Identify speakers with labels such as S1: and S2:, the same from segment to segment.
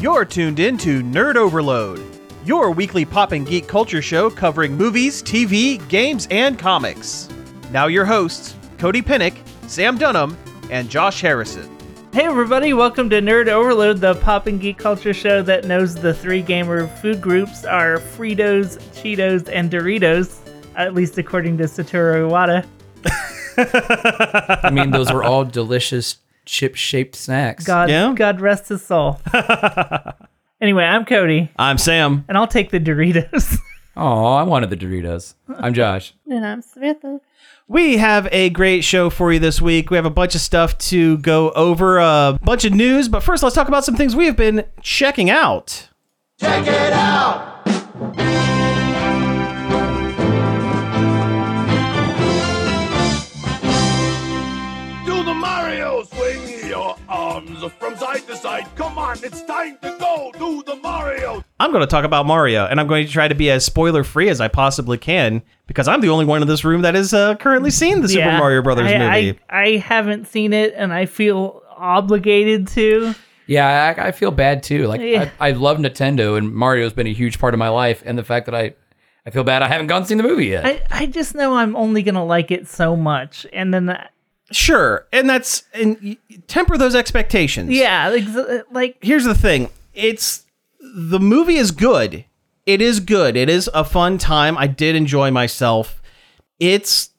S1: You're tuned in to Nerd Overload, your weekly pop and geek culture show covering movies, TV, games, and comics. Now, your hosts, Cody Pinnick, Sam Dunham, and Josh Harrison.
S2: Hey everybody, welcome to Nerd Overload, the pop and geek culture show that knows the three gamer food groups are Fritos, Cheetos, and Doritos, at least according to Satoru Iwata.
S3: I mean, those were all delicious chip shaped snacks.
S2: God,
S4: Yeah.
S2: God rest his soul. anyway, I'm Cody,
S4: I'm Sam.
S2: and I'll take the Doritos.
S3: Oh, I wanted the Doritos. I'm Josh.
S5: And I'm Samantha.
S4: We have a great show for you this week. We have a bunch of stuff to go over, a bunch of news, but first let's talk about some things we have been checking out.
S6: Do the Mario! Swing your arms from side to side. Come on, it's time to go. Do the Mario!
S4: I'm going to talk about Mario, and I'm going to try to be as spoiler free as I possibly can because I'm the only one in this room that has uh, currently seen the Super
S2: Yeah.
S4: Mario Brothers
S2: I,
S4: movie.
S2: I, I haven't seen it, and I feel obligated to.
S3: Yeah, I, I feel bad too. Like,
S2: Yeah.
S3: I, I love Nintendo, and Mario's been a huge part of my life. And the fact that I, I feel bad I haven't gone and seen the movie yet.
S2: I, I just know I'm only gonna like it so much, and then the,
S4: sure, and that's and y- temper those expectations.
S2: yeah, ex- like
S4: here's the thing it's the movie is good it is good it is a fun time i did enjoy myself it's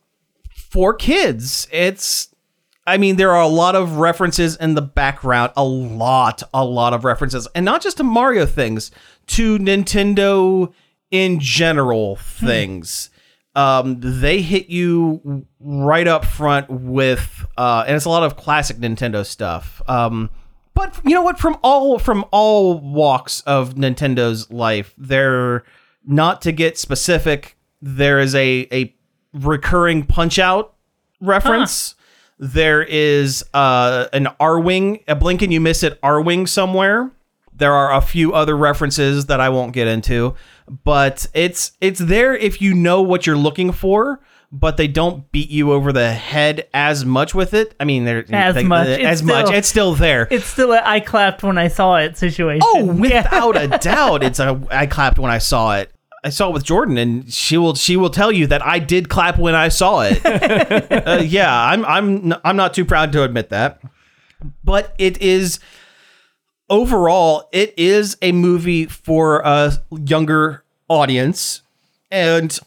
S4: for kids it's i mean there are a lot of references in the background a lot a lot of references and not just to mario things to nintendo in general things um, they hit you right up front with uh, and it's a lot of classic nintendo stuff um, but you know what from all from all walks of nintendo's life they're not to get specific there is a a recurring punch out reference there is uh an r-wing a blink and you miss it r-wing somewhere there are a few other references that i won't get into but it's it's there if you know what you're looking for but they don't beat you over the head as much with it i mean they're
S2: As
S4: they-
S2: much. It's
S4: as much
S2: still-
S4: it's still there
S2: it's still a I clapped when I saw it situation.
S4: Oh, without a doubt, it's a. I clapped when I saw it. I saw it with Jordan, and she will she will tell you that I did clap when I saw it. Uh, yeah, I'm I'm n- I'm not too proud to admit that, but it is overall it is a movie for a younger audience, and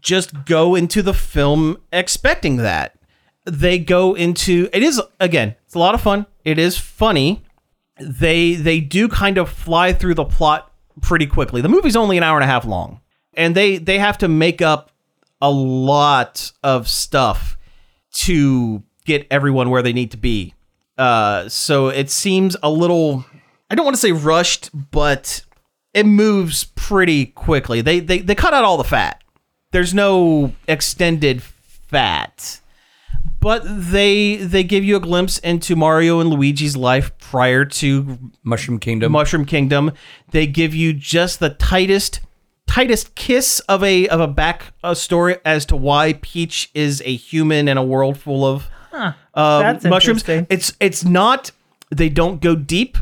S4: just go into the film expecting that they go into it is again it's a lot of fun it is funny they they do kind of fly through the plot pretty quickly. The movie's only an hour and a half long, and they they have to make up a lot of stuff to get everyone where they need to be. Uh, so it seems a little I don't want to say rushed, but it moves pretty quickly. They they they cut out all the fat. There's no extended fat but they they give you a glimpse into Mario and Luigi's life prior to
S3: Mushroom Kingdom.
S4: Mushroom Kingdom. They give you just the tightest tightest kiss of a of a back uh, story as to why Peach is a human in a world full of um,
S2: that's
S4: mushrooms.
S2: interesting.
S4: It's it's not they don't go deep.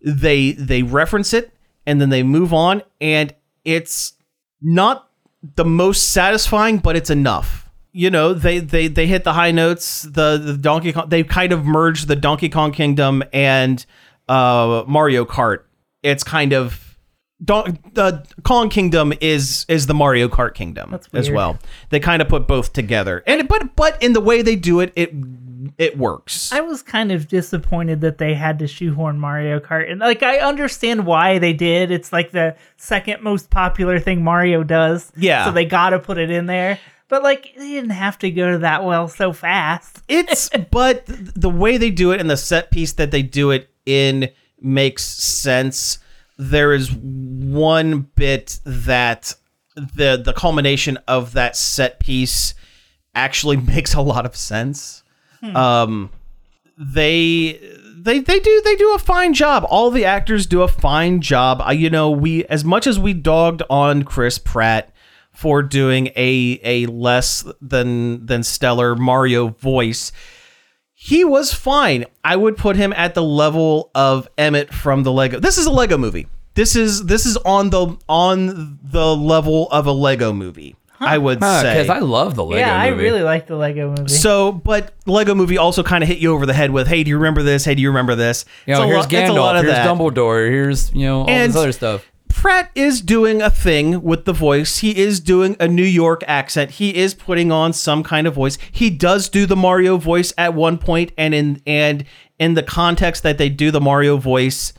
S4: They they reference it and then they move on and it's not the most satisfying, but it's enough. You know, they they they hit the high notes. The, the Donkey Kong they kind of merged the Donkey Kong Kingdom and uh, Mario Kart. It's kind of Don, the Kong Kingdom is is the Mario Kart Kingdom as
S2: weird.
S4: well. They kind of put both together, and but but in the way they do it, it it works.
S2: I was kind of disappointed that they had to shoehorn Mario Kart, and like I understand why they did. It's like the second most popular thing Mario does.
S4: Yeah.
S2: so they got to put it in there. But like they didn't have to go to that well so fast.
S4: it's but the way they do it and the set piece that they do it in makes sense. There is one bit that the the culmination of that set piece actually makes a lot of sense. Um they they they do they do a fine job. All the actors do a fine job. I, you know, we as much as we dogged on Chris Pratt for doing a a less than than stellar Mario voice, He was fine. I would put him at the level of Emmett from the Lego. This is a Lego movie. This is this is on the on the level of a Lego movie. I would say.
S3: Because Ah, I love the Lego
S2: yeah, I
S3: movie.
S2: really like the Lego movie.
S4: so, but Lego Movie also kind of hit you over the head with, "Hey, do you remember this? Hey, do you remember this?"
S3: You know,
S4: it's, a
S3: here's
S4: lot,
S3: Gandalf,
S4: it's a lot of
S3: here's
S4: that.
S3: Dumbledore, here's you know all
S4: And-
S3: this other stuff.
S4: Pratt is doing a thing with the voice. He is doing a New York accent. He is putting on some kind of voice. He does do the Mario voice at one point, and in and in the context that they do the Mario voice,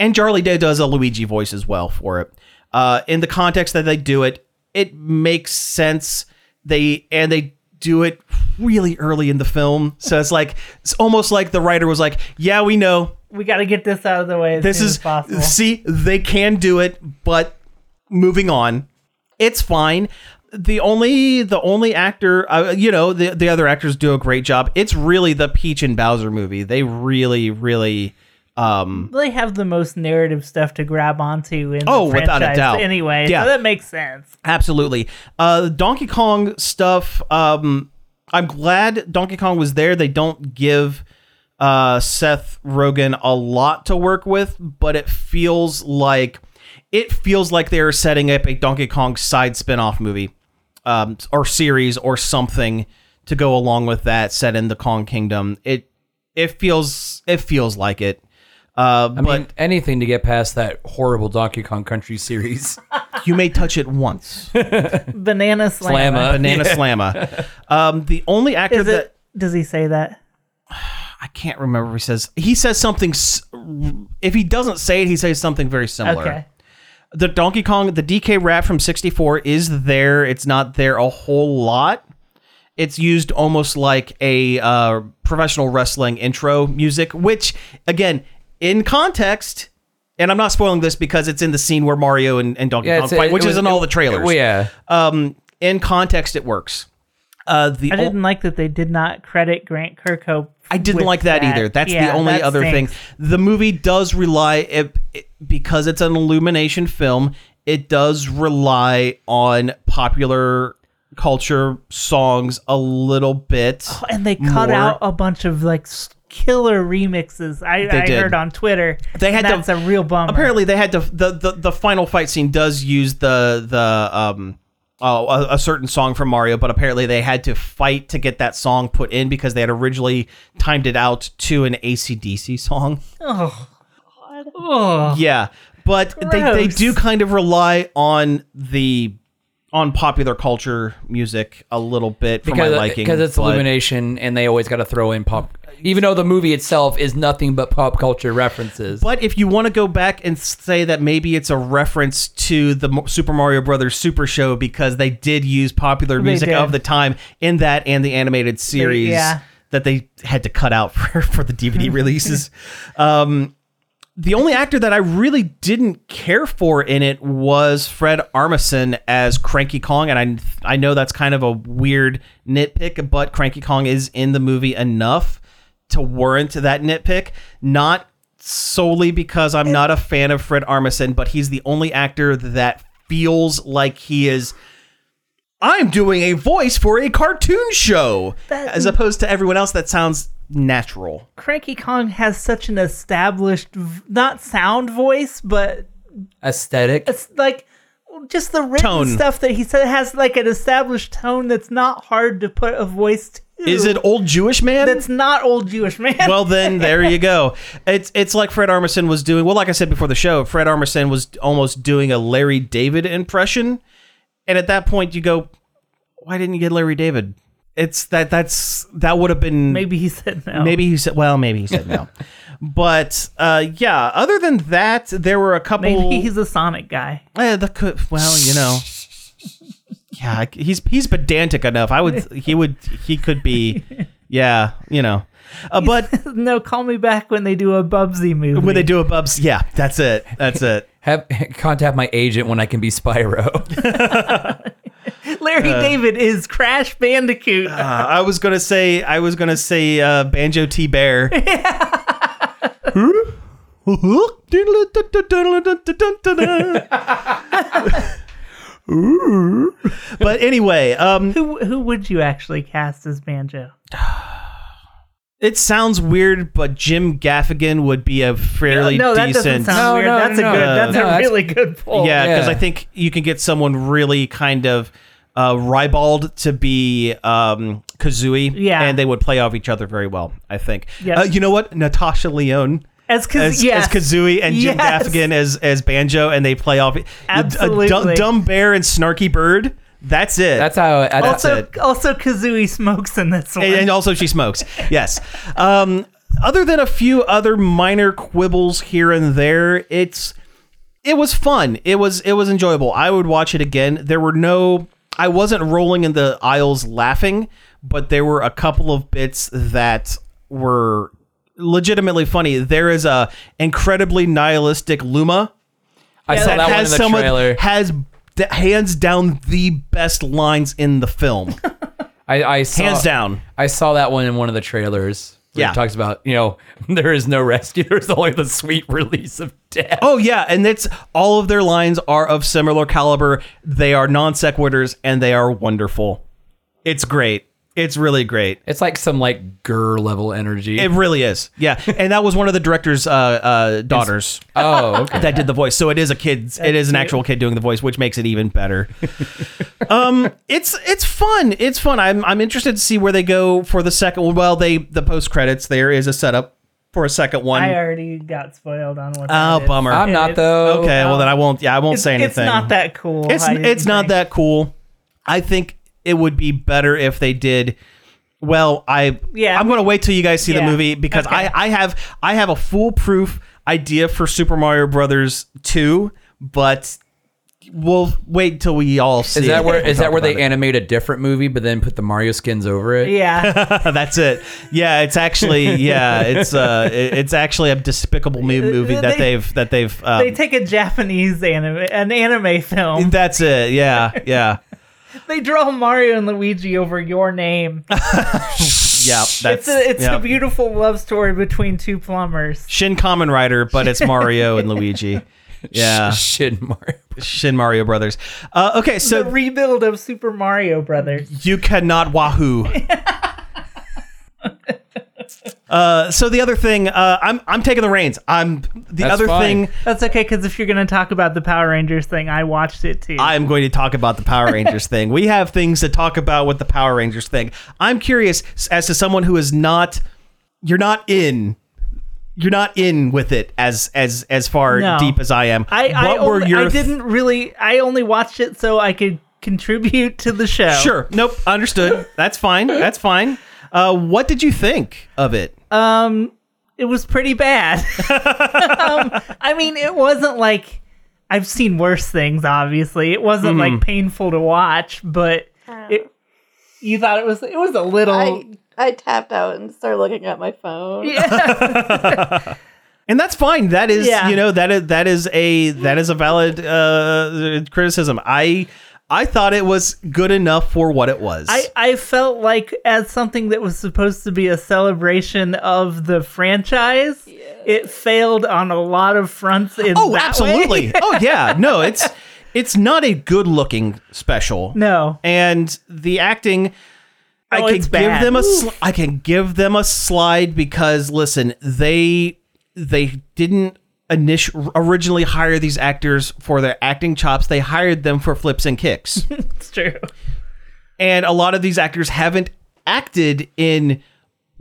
S4: and Charlie Day does a Luigi voice as well for it. Uh, in the context that they do it, it makes sense. They and they do it really early in the film, so it's like it's almost like the writer was like, "Yeah, we know
S2: we got to get this out of the way as
S4: this
S2: soon
S4: is
S2: as possible.
S4: see they can do it but moving on it's fine the only the only actor uh, you know the, the other actors do a great job it's really the peach and bowser movie they really really um
S2: they have the most narrative stuff to grab onto in
S4: Oh,
S2: the franchise
S4: without a doubt.
S2: anyway
S4: Yeah.
S2: so that makes sense
S4: absolutely uh donkey kong stuff um i'm glad donkey kong was there they don't give uh seth rogen a lot to work with but it feels like it feels like they're setting up a donkey kong side spin-off movie um, or series or something to go along with that set in the kong kingdom it it feels it feels like it uh
S3: I
S4: but
S3: mean, anything to get past that horrible Donkey Kong Country series.
S4: you may touch it once
S2: banana slam
S3: Slamma.
S4: banana slamma um the only actor
S2: is
S4: that
S2: it does he say that
S4: I can't remember. What he says he says something. s- If he doesn't say it, he says something very similar.
S2: okay
S4: The Donkey Kong, the DK rap from '64 is there. It's not there a whole lot. It's used almost like a uh, professional wrestling intro music, which again, in context, and I'm not spoiling this because it's in the scene where Mario and, and Donkey Kong
S3: it's-
S4: fight,
S3: it
S4: which
S3: was-
S4: is in all
S3: it-
S4: the trailers.
S3: Well, yeah.
S4: Um, in context, it works. Uh, the
S2: i
S4: o-
S2: didn't like that they did not credit grant kirkhope
S4: I didn't
S2: with
S4: like that, either. That's
S2: Yeah,
S4: the only
S2: that
S4: other
S2: stinks.
S4: thing. The movie does rely it, it- because it's an illumination film. It does rely on popular culture songs a little bit.
S2: and they cut
S4: more.
S2: out a bunch of like s- killer remixes i,
S4: They
S2: I
S4: did.
S2: heard on twitter
S4: They had
S2: and
S4: to-
S2: that's a real bummer
S4: Apparently, they had to the, the the final fight scene does use the the um oh, a, a certain song from Mario, but apparently they had to fight to get that song put in because they had originally timed it out to an ACDC song.
S2: oh, oh.
S4: yeah but they, they
S2: Gross.
S4: do kind of rely on the on popular culture music a little bit for my
S3: Because
S4: liking
S3: because it's
S4: but-
S3: Illumination, and they always got to throw in pop. Even though the movie itself is nothing but pop culture references.
S4: but if you want to go back and say that maybe it's a reference to the Mo- Super Mario Brothers Super Show because they did use popular music
S2: did.
S4: of the time in that and the animated series
S2: yeah.
S4: that they had to cut out for, for the DVD releases. Um, the only actor that I really didn't care for in it was Fred Armisen as Cranky Kong, and I I know that's kind of a weird nitpick, but Cranky Kong is in the movie enough to warrant that nitpick. Not solely because I'm not a fan of Fred Armisen, but he's the only actor that feels like he is. I'm doing a voice for a cartoon show,
S2: That-
S4: as opposed to everyone else that sounds natural.
S2: cranky kong has such an established v- not sound voice but
S3: Aesthetic.
S2: it's like just the written
S4: Tone.
S2: stuff that he said has like an established tone that's not hard to put a voice to.
S4: Is it old Jewish man?
S2: That's not old Jewish man.
S4: well then there you go it's it's like fred armisen was doing well like i said before the show fred armisen was almost doing a larry david impression and at that point you go why didn't you get larry david it's that that's that would have been
S2: maybe he said no.
S4: maybe he said well maybe he said no but uh yeah other than that there were a couple
S2: maybe he's a Sonic guy.
S4: Eh, the co- well you know yeah he's he's pedantic enough i would he would he could be yeah you know uh, but
S2: no, call me back when they do a Bubsy movie.
S4: when they do a bubs yeah that's it that's it
S3: Have contact my agent when I can be Spyro.
S2: Larry David is Crash Bandicoot.
S4: Uh, i was gonna say i was gonna say uh, banjo t bear but anyway um
S2: who who would you actually cast as Banjo?
S4: It sounds weird, but Jim Gaffigan would be a fairly
S2: no, that doesn't
S4: decent.
S2: sound
S3: No,
S2: weird.
S3: no,
S2: that's
S3: no,
S2: a good.
S3: no,
S2: that's
S3: no,
S2: a
S3: that's-
S2: really good pull.
S4: yeah, because
S3: yeah.
S4: I think you can get someone really kind of uh, ribald to be um, Kazooie.
S2: Yeah.
S4: and they would play off each other very well. I think.
S2: Yes.
S4: Uh, you know what? Natasha Leone.
S2: as because
S4: As,
S2: yes,
S4: as Kazooie and Jim
S2: Yes.
S4: Gaffigan as as banjo, and they play off e-, a- a, dumb,
S2: Absolutely.
S4: dumb bear and snarky bird. That's it.
S3: That's how. I, that's
S2: also
S4: it.
S2: also Kazooie smokes in this one.
S4: and, and also she smokes. Yes. Um, other than a few other minor quibbles here and there, it's it was fun. It was it was enjoyable. I would watch it again. There were no I wasn't rolling in the aisles laughing, but there were a couple of bits that were legitimately funny. There is a incredibly nihilistic Luma
S3: I saw that,
S4: that
S3: one in
S4: has
S3: the
S4: some of-
S3: trailer.
S4: has d- hands down the best lines in the film.
S3: I, I saw,
S4: hands down.
S3: I saw that one in one of the trailers. where
S4: Yeah.
S3: it talks about you know there is no rescue. There's only the sweet release of death.
S4: Oh yeah, and it's all of their lines are of similar caliber. They are non sequiturs and they are wonderful. It's great. It's really great.
S3: It's like some like gur level energy.
S4: It really is. Yeah, and that was one of the director's uh, uh, daughters
S3: oh, okay.
S4: that did the voice. So it is a kid's. it is an actual kid doing the voice, which makes it even better. um, it's it's fun. It's fun. I'm I'm interested to see where they go for the second one. Well, they the post credits there is a setup for a second one.
S2: I already got spoiled on what.
S4: oh
S2: that is.
S4: bummer.
S3: I'm not though.
S4: okay, well then I won't. Yeah, I won't
S2: It's,
S4: say anything.
S2: it's not that cool.
S4: It's
S2: I
S4: it's not
S2: think.
S4: that cool. I think it would be better if they did. Well, I
S2: Yeah.
S4: I'm going to wait till you guys see the
S2: Yeah.
S4: movie because I I have I have a foolproof idea for Super Mario Brothers 2, but we'll wait till we all see.
S3: Is
S4: it
S3: that where
S4: and we'll
S3: is that
S4: talk
S3: where they
S4: about
S3: animate a different movie but then put the Mario skins over it?
S2: Yeah,
S4: it. That's it. Yeah, it's actually yeah, it's uh it- it's actually a despicable new movie that
S2: Uh, They-
S4: they, have that they've um,
S2: they take a Japanese anime, an anime film.
S4: that's it. Yeah, yeah.
S2: They draw Mario and Luigi over your name.
S4: Yeah, that's
S2: It's a it's
S4: yeah.
S2: a beautiful love story between two plumbers.
S4: Shin Kamen Rider, but it's Mario and Luigi. Yeah.
S3: Shit, Mario.
S4: Shin Mario Brothers. Uh, okay, so
S2: the rebuild of Super Mario Brothers.
S4: you cannot wahoo. uh, so the other thing, uh, I'm I'm taking the reins. I'm the
S3: That's
S4: other
S3: fine.
S4: thing.
S2: That's okay, because if you're going to talk about the Power Rangers thing, I watched it too.
S4: I'm going to talk about the Power Rangers thing. We have things to talk about with the Power Rangers thing. I'm curious as to someone who is not you're not in you're not in with it as as as far
S2: No.
S4: deep as I am.
S2: I, I,
S4: what were
S2: only-
S4: your
S2: I didn't really. I only watched it so I could contribute to the show.
S4: Sure. Nope. Understood. That's fine. That's fine. Uh, what did you think of it?
S2: It was pretty bad. um, I mean, it wasn't like I've seen worse things. Obviously, it wasn't
S4: Mm-hmm.
S2: like painful to watch, but it. You thought it was. It was a little.
S5: I I tapped out and started looking at my phone.
S4: and that's fine. That is,
S2: Yeah.
S4: you know, that is that is a that is a valid uh, criticism. I I thought it was good enough for what it was.
S2: I, I felt like as something that was supposed to be a celebration of the franchise, it failed on a lot of fronts. In
S4: oh,
S2: that way.
S4: absolutely. oh, yeah. No, it's it's not a good looking special.
S2: No,
S4: and the acting I
S2: Oh,
S4: can
S2: it's
S4: give
S2: bad.
S4: them a sl- I can give them a slide because listen, they they didn't initially originally hire these actors for their acting chops. They hired them for flips and kicks.
S2: it's true.
S4: and a lot of these actors haven't acted in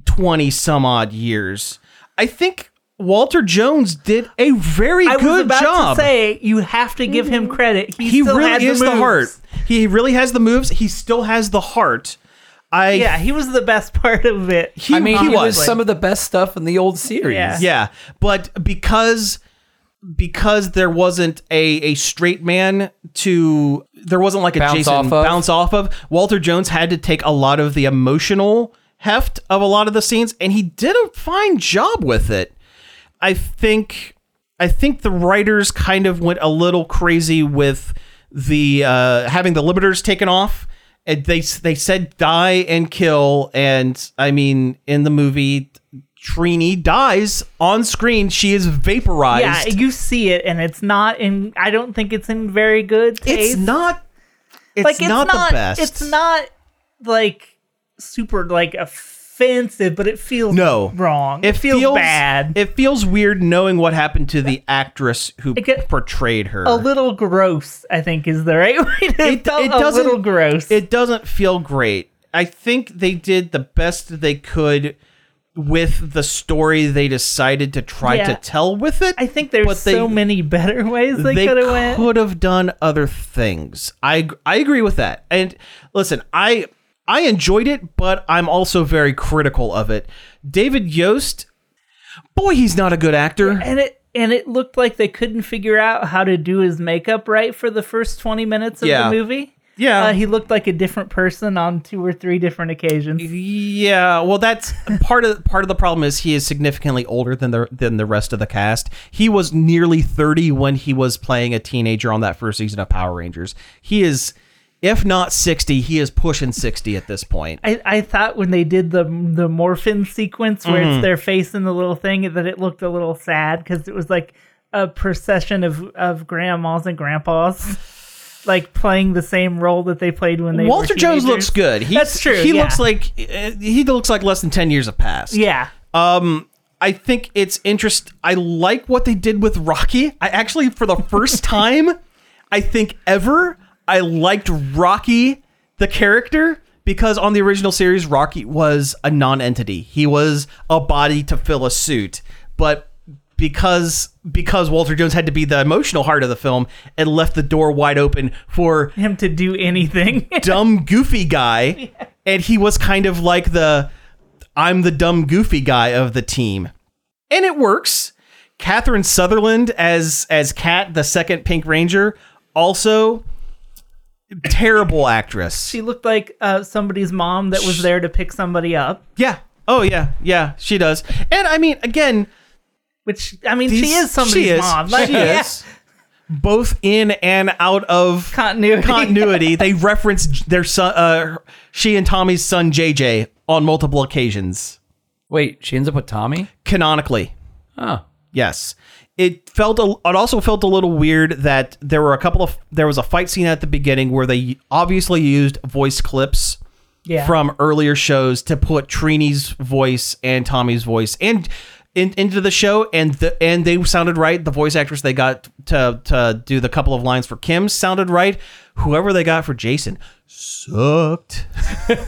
S4: 20 some odd years. I think Walter Jones did a very
S2: I was
S4: good
S2: about
S4: job. Mm-hmm.
S2: to say you have to give him credit. He,
S4: he
S2: still had
S4: really is the
S2: moves.
S4: heart. He really has the moves. He still has the heart. I
S2: Yeah, he was the best part of it.
S4: He,
S3: I mean,
S4: he
S3: it was.
S4: was.
S3: some of the best stuff in the old series.
S2: Yeah.
S4: yeah, but because because there wasn't a a straight man to there wasn't like a
S3: Bounce
S4: Jason
S3: off of.
S4: bounce off of. Walter Jones had to take a lot of the emotional heft of a lot of the scenes, and he did a fine job with it. I think I think the writers kind of went a little crazy with the uh, having the limiters taken off. And they they said die and kill, and I mean in the movie, Trini dies on screen. She is
S2: Yeah,
S4: vaporized.
S2: you see it, and it's not in. I don't think it's in very good taste.
S4: it's not. It's,
S2: like
S4: not, the best.
S2: It's not like super like a offensive, but it feels
S4: No.
S2: wrong. It, feels, bad.
S4: It feels weird knowing what happened to the actress who
S2: It get-
S4: portrayed her.
S2: a little gross, I think, is the right way to
S4: It- it
S2: it, a
S4: doesn't-
S2: little gross.
S4: it doesn't feel great. I think they did the best they could with the story they decided to try
S2: Yeah.
S4: to tell with it.
S2: I think there's
S4: but they-
S2: so many better ways they,
S4: they
S2: could have went.
S4: could have done other things. I ag- I agree with that. And listen, I I enjoyed it, but I'm also very critical of it. David Yost, boy, he's not a good actor.
S2: And it and it looked like they couldn't figure out how to do his makeup right for the first 20 minutes of
S4: Yeah.
S2: the movie.
S4: Yeah.
S2: Uh, he looked like a different person on two or three different occasions.
S4: Yeah, well, that's part of part of the problem is he is significantly older than the than the rest of the cast. He was nearly thirty when he was playing a teenager on that first season of Power Rangers. He is, if not sixty, he is pushing sixty at this point.
S2: I, I thought when they did the the morphin sequence where
S4: Mm-hmm.
S2: it's their face in the little thing that it looked a little sad because it was like a procession of of grandmas and grandpas like playing the same role that they played when they were
S4: Walter Jones
S2: teenagers.
S4: looks good. He's,
S2: That's true,
S4: He
S2: yeah.
S4: looks like uh, he looks like less than ten years have passed.
S2: yeah
S4: I think it's interest. I like what they did with Rocky. I actually, for the first time, I think ever, I liked Rocky the character because on the original series, Rocky was a non-entity. He was a body to fill a suit, but because because Walter Jones had to be the emotional heart of the film, it left the door wide open for
S2: him to do anything
S4: dumb goofy guy and he was kind of like the i'm the dumb goofy guy of the team and it works catherine sutherland as as kat the second pink ranger also terrible actress
S2: she looked like uh, somebody's mom that was there to pick somebody up
S4: yeah oh yeah yeah she does and i mean again
S2: which I mean
S4: these-
S2: she is somebody's
S4: she is,
S2: mom like
S4: she
S2: yeah,
S4: is both in and out of
S2: continuity
S4: continuity. they reference their son, uh, her- she and Tommy's son JJ on multiple occasions,
S3: Wait, she ends up with Tommy?
S4: canonically.
S3: Oh.
S4: Yes, it felt. A, it also felt a little weird that there were a couple of there was a fight scene at the beginning where they obviously used voice clips
S2: yeah.
S4: from earlier shows to put Trini's voice and Tommy's voice and in, into the show, and the and they sounded right. The voice actress they got to to do the couple of lines for Kim sounded right. Whoever they got for Jason sucked.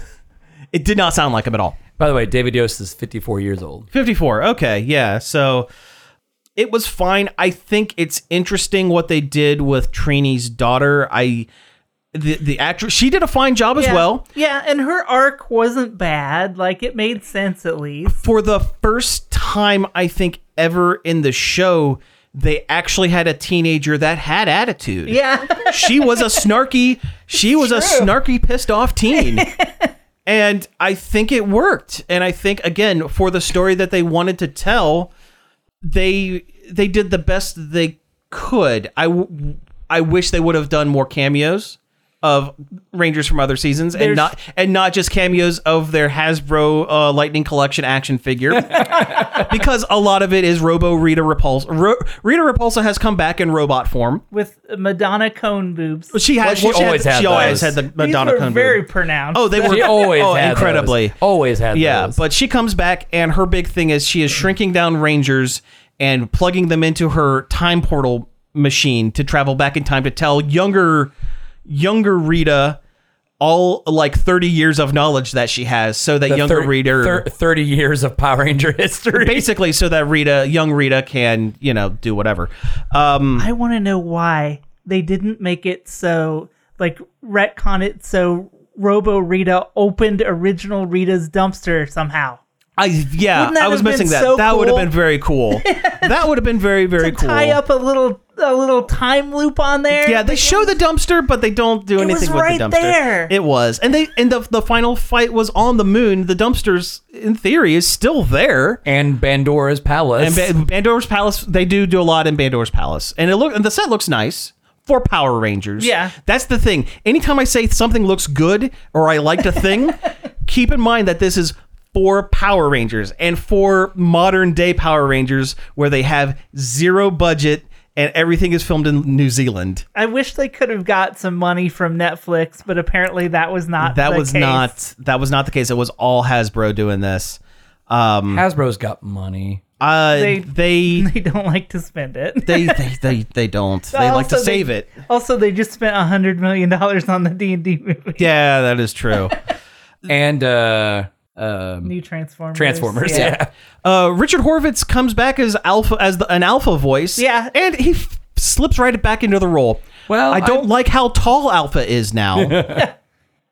S4: it did not sound like him at all.
S3: By the way, David Yost is 54 years old.
S4: 54. Okay, yeah. So it was fine. I think it's interesting what they did with Trini's daughter. I the the actress she did a fine job as
S2: Yeah.
S4: well.
S2: yeah and her arc wasn't bad like it made sense at least
S4: For the first time I think ever in the show, they actually had a teenager that had attitude.
S2: yeah
S4: she was a snarky she was a
S2: true.
S4: snarky pissed off teen and i think it worked and i think again for the story that they wanted to tell they they did the best they could i w- i wish they would have done more cameos of rangers from other seasons and
S2: There's-
S4: not and not just cameos of their hasbro uh, lightning collection action figure because a lot of it is robo rita repulsa Ro- rita repulsa has come back in robot form
S2: with Madonna cone boobs.
S4: she had.
S3: Well, she
S4: well, she
S3: always
S4: had,
S3: had
S4: she always
S3: those.
S4: had the
S2: These
S4: Madonna
S2: were
S4: cone.
S2: very
S4: boob.
S2: pronounced.
S4: Oh, they were
S3: She always
S4: oh,
S3: had
S4: incredibly.
S3: those. Always had
S4: Yeah,
S3: those.
S4: but she comes back, and her big thing is she is shrinking down Rangers and plugging them into her time portal machine to travel back in time to tell younger, younger Rita all like thirty years of knowledge that she has, so that
S3: The
S4: younger
S3: thir-
S4: Rita.
S3: thir- 30 years of Power Ranger history.
S4: Basically, so that Rita, young Rita, can you know do whatever. Um,
S2: I want to know why they didn't make it so like retcon it so Robo Rita opened original Rita's dumpster somehow.
S4: I yeah,
S2: Wouldn't that
S4: I was
S2: have been
S4: missing that.
S2: so
S4: that would have
S2: cool?
S4: been very cool. that would have been very very cool.
S2: Tie up a little a little time loop on there.
S4: Yeah, they show the dumpster, but they don't do
S2: was
S4: anything
S2: right
S4: with the dumpster.
S2: there.
S4: It was, and they and the the final fight was on the moon. The dumpster's in theory is still there.
S3: and Bandora's
S4: And
S3: Palace.
S4: ba- Bandor's Palace, they do do a lot in Bandor's Palace, and it look and the set looks nice for Power Rangers.
S2: Yeah.
S4: that's the thing. Anytime I say something looks good or I liked a thing, keep in mind that this is. For Power Rangers and for modern day Power Rangers, where they have zero budget and everything is filmed in New Zealand.
S2: I wish they could have got some money from Netflix, but apparently that was not.
S4: That
S2: the
S4: was
S2: case.
S4: not that was not the case. It was all Hasbro doing this.
S3: Hmm. Hasbro's got money.
S4: Uh,
S2: They-
S4: they they
S2: They don't like to spend it.
S4: they they, they, they don't. They like to
S2: Also, they-
S4: save it.
S2: Also, they just spent a hundred million dollars on the D and D movie,
S4: Yeah, that is true.
S3: And uh um
S2: new Transformers.
S3: Transformers, yeah.
S4: uh, Richard Horvitz comes back as alpha as the, an alpha voice.
S2: Yeah.
S4: and he f- slips right back into the role.
S3: Well,
S4: I don't
S3: I'm-
S4: like how tall Alpha is now,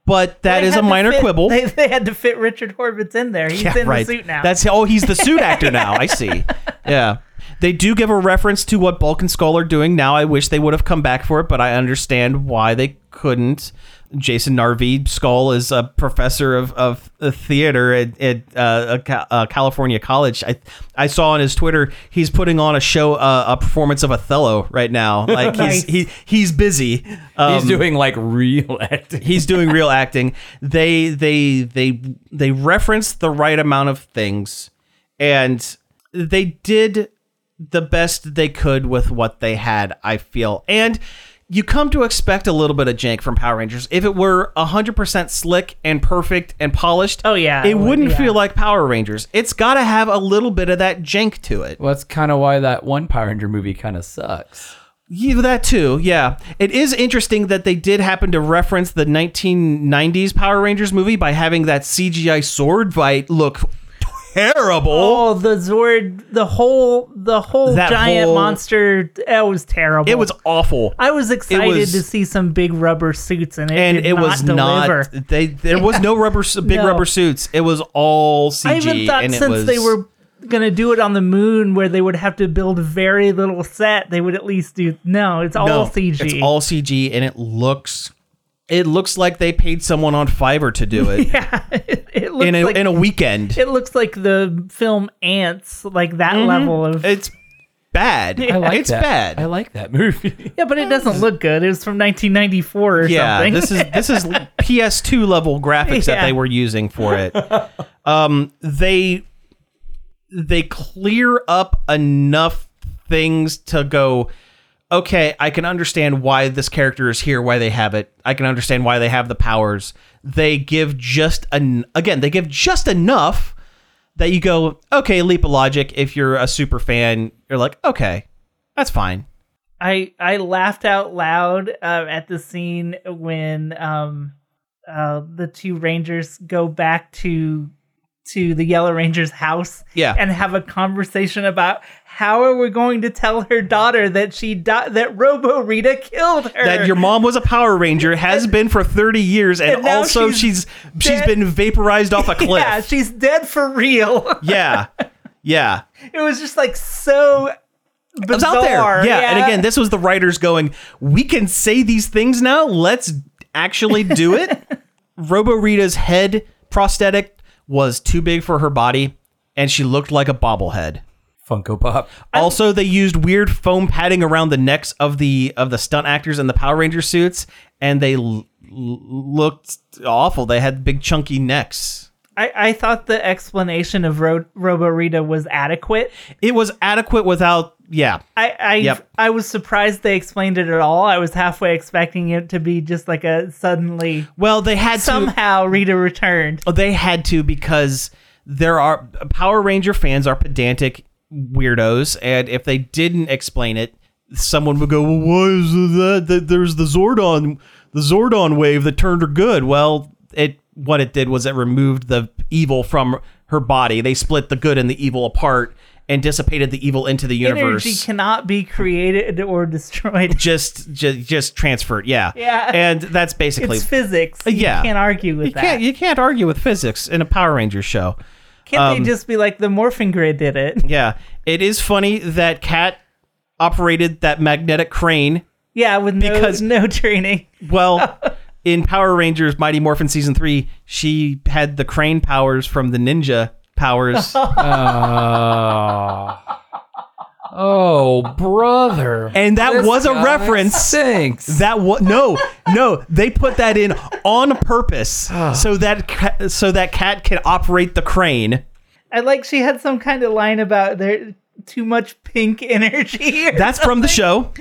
S4: but that
S2: They
S4: is
S2: had
S4: a
S2: to
S4: minor
S2: fit-
S4: quibble.
S2: They, they had to fit Richard Horvitz in there. He's in the suit now.
S4: That's oh, he's the suit actor now. I see. Yeah. They do give a reference to what Bulk and Skull are doing now. I wish they would have come back for it, but I understand why they couldn't. Jason Narvi Skull is a professor of, of theater at, at uh, a, Ca- uh, California college. I I saw on his Twitter he's putting on a show uh, a performance of Othello right now. Like
S2: Nice.
S4: he's he, he's busy. Um,
S3: he's doing like real acting.
S4: he's doing real acting. They they they they reference the right amount of things, and they did the best they could with what they had. I feel and. You come to expect a little bit of jank from Power Rangers. If it were 100% slick and perfect and polished,
S2: Oh, yeah,
S4: it,
S2: it would,
S4: wouldn't
S2: yeah.
S4: feel like Power Rangers. It's got to have a little bit of that jank to it.
S3: Well, that's kind of why that one Power Ranger movie kind of sucks.
S4: Yeah, that too. Yeah, it is interesting that they did happen to reference the 1990s Power Rangers movie by having that CGI sword fight look terrible.
S2: Oh, the Zord, the whole, the whole
S4: That
S2: giant
S4: whole-
S2: monster. That was terrible.
S4: It was awful,
S2: I was excited
S4: was-
S2: to see some big rubber suits, and it
S4: and
S2: did
S4: it was
S2: not deliver.
S4: not. They there was no rubber s- big
S2: No.
S4: rubber suits. It was all CG.
S2: I even thought
S4: and it
S2: since they
S4: was-
S2: were gonna do it on the moon, where they would have to build very little set, they would at least do. No, it's all
S4: No,
S2: CG.
S4: It's all CG, and it looks. It looks like they paid someone on Fiverr to do it
S2: yeah, it, it looks
S4: in a
S2: like
S4: in a weekend.
S2: it looks like the film Ants, like that
S4: Mm-hmm.
S2: level of.
S4: it's bad.
S3: I like
S4: it's
S3: that.
S4: bad.
S3: I like that movie.
S2: yeah, but it doesn't look good. It was from 1994 or
S4: yeah,
S2: something.
S4: this is this is PS2 level graphics that
S2: Yeah.
S4: they were using for it. Um, they they clear up enough things to go. Okay, I can understand why this character is here, why they have it. I can understand why they have the powers. They give just an again, they give just enough that you go, okay, leap of logic. If you're a super fan, you're like, okay, that's fine.
S2: I I laughed out loud uh, at the scene when um uh the two rangers go back to to the yellow ranger's house
S4: Yeah.
S2: and have a conversation about how are we going to tell her daughter that she di- that Robo Rita killed her
S4: that your mom was a Power Ranger has been for 30 years and,
S2: And now
S4: also
S2: she's
S4: she's
S2: dead.
S4: she's been vaporized off a cliff.
S2: yeah she's dead for real
S4: yeah. Yeah.
S2: it was just like so bizarre
S4: It was out there. Yeah. And
S2: yeah.
S4: again, this was the writers going, we can say these things now. Let's actually do it. Robo Rita's head prosthetic was too big for her body and she looked like a bobblehead.
S3: Funko Pop.
S4: Also, they used weird foam padding around the necks of the of the stunt actors in the Power Ranger suits, and they l- l- looked awful. They had big chunky necks.
S2: I, I thought the explanation of Ro- Robo Rita was adequate
S4: It was adequate without, yeah,
S2: I I,
S4: Yep.
S2: I was surprised they explained it at all. I was halfway expecting it to be just like a suddenly
S4: Well, they had
S2: somehow Rita returned.
S4: to. Oh, They had to because there are Power Ranger fans are pedantic weirdos, and if they didn't explain it, someone would go, "Well, why is that? that there's the Zordon, the Zordon wave that turned her good." Well, it what it did was it removed the evil from her body. They split the good and the evil apart and dissipated the evil into the universe.
S2: Energy cannot be created or destroyed.
S4: just, just, just transferred, yeah,
S2: Yeah.
S4: and that's basically
S2: It's physics. You
S4: Uh, Yeah.
S2: can't argue with
S4: you
S2: that.
S4: can't you can't argue with physics in a Power Rangers show.
S2: can't
S4: um,
S2: they just be like the morphing grid did it?
S4: Yeah, it is funny that Cat operated that magnetic crane.
S2: Yeah, with no
S4: Because-
S2: no training.
S4: Well, in Power Rangers Mighty Morphin season three, she had the crane powers from the ninja powers.
S3: Oh. Oh, brother.
S4: And that
S3: This
S4: was a
S3: guy
S4: reference.
S3: Sinks.
S4: That was no, no. They put that in on purpose so that Ca- so that cat can operate the crane.
S2: I like she had some kind of line about there too much pink energy. or
S4: That's from the show.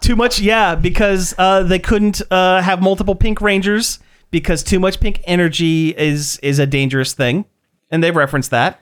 S4: Too much, yeah, because uh, they couldn't uh, have multiple Pink Rangers because too much pink energy is is a dangerous thing, and they reference that.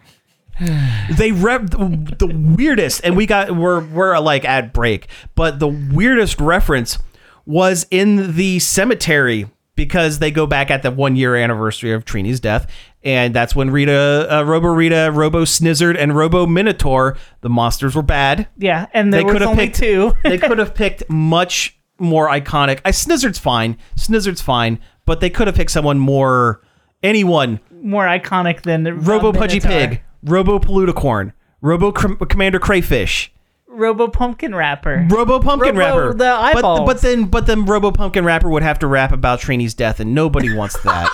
S4: they rep the, the weirdest, and we got we're we're uh, like at break, but the weirdest reference was in the cemetery because they go back at the one year anniversary of Trini's death, and that's when Rita, uh, Robo Rita, Robo Snizzard, and Robo Minotaur, the monsters were bad
S2: Yeah, and there
S4: they could
S2: was
S4: have
S2: only
S4: picked
S2: two.
S4: they could have picked much more iconic. I Snizzard's fine. Snizzard's fine, but they could have picked someone more anyone.
S2: More iconic than the
S4: Robo
S2: Rob
S4: Pudgy
S2: Minotaur.
S4: Pig, Robo Paluticorn, Robo Cr- Commander Crayfish,
S2: Robo Pumpkin Wrapper.
S4: Robo Pumpkin
S2: Robo
S4: Wrapper.
S2: the
S4: but,
S2: eyeballs.
S4: but then but then Robo Pumpkin Wrapper would have to rap about Trini's death and nobody wants that.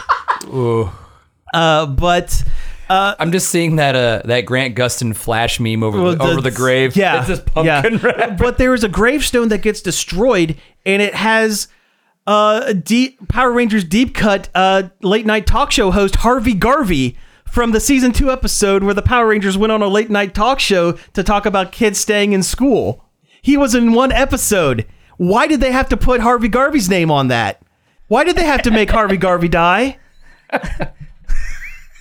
S4: Uh but
S3: I'm just seeing that uh that Grant Gustin flash meme over the,
S4: Well,
S3: over the grave.
S4: Yeah,
S3: it's just pumpkin
S4: yeah.
S3: wrap.
S4: But there is a gravestone that gets destroyed, and it has uh a deep Power Rangers deep cut uh late night talk show host Harvey Garvey from the season two episode where the Power Rangers went on a late night talk show to talk about kids staying in school. He was in one episode. Why did they have to put Harvey Garvey's name on that? Why did they have to make Harvey Garvey die?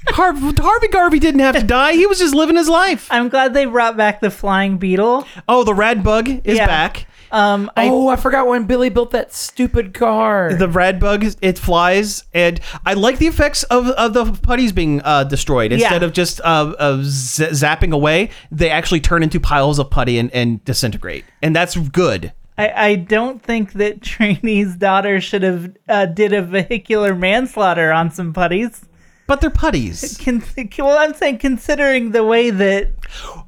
S4: Har- Harvey Garvey didn't have to die. He was just living his life.
S2: I'm glad they brought back the flying beetle.
S4: Oh, the rad bug is
S2: Yeah.
S4: back.
S2: Um, I,
S3: Oh, I forgot when Billy built that stupid car.
S4: The rad bug is- it flies, and I like the effects of, of the putties being uh, destroyed instead
S2: Yeah.
S4: of just uh, of z- zapping away. They actually turn into piles of putty and, and disintegrate, and that's good.
S2: I, I don't think that Trainee's daughter should have uh, did a vehicular manslaughter on some putties.
S4: But they're putties.
S2: Con- well, I'm saying considering the way that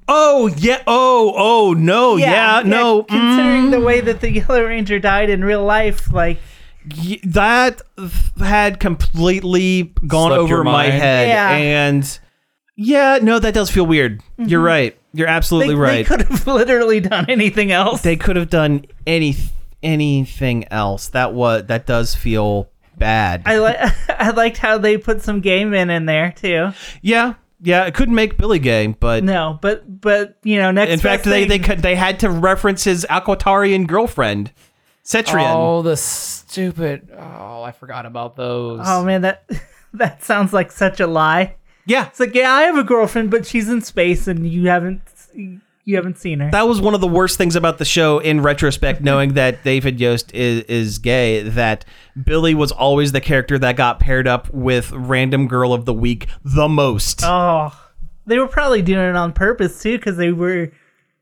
S4: Oh yeah. Oh oh no. Yeah, no. mm,
S2: considering the way that the Yellow Ranger died in real life, like
S4: y- that had completely gone
S3: Slipped
S4: over
S3: your
S4: my
S3: mind.
S4: head,
S2: Yeah.
S4: and yeah, no, that does feel weird. You're right. You're
S2: they,
S4: absolutely
S2: Mm-hmm. they
S4: right.
S2: could have literally done anything else.
S4: they could have done any anything else. That was that does feel bad.
S2: I like I liked how they put some gay men in there too.
S4: yeah, yeah. It couldn't make Billy gay, but
S2: No, but but you know next.
S4: in fact,
S2: best
S4: they they
S2: thing-
S4: could they had to reference his Aquatarian girlfriend, Cetrian.
S3: oh, the stupid. Oh, I forgot about those.
S2: Oh man, that that sounds like such a lie.
S4: Yeah,
S2: It's like yeah, I have a girlfriend, but she's in space, and you haven't you haven't seen her.
S4: that was one of the worst things about the show in retrospect, knowing that David Yost is, is gay, that Billy was always the character that got paired up with random girl of the week the most.
S2: oh, they were probably doing it on purpose too, because they were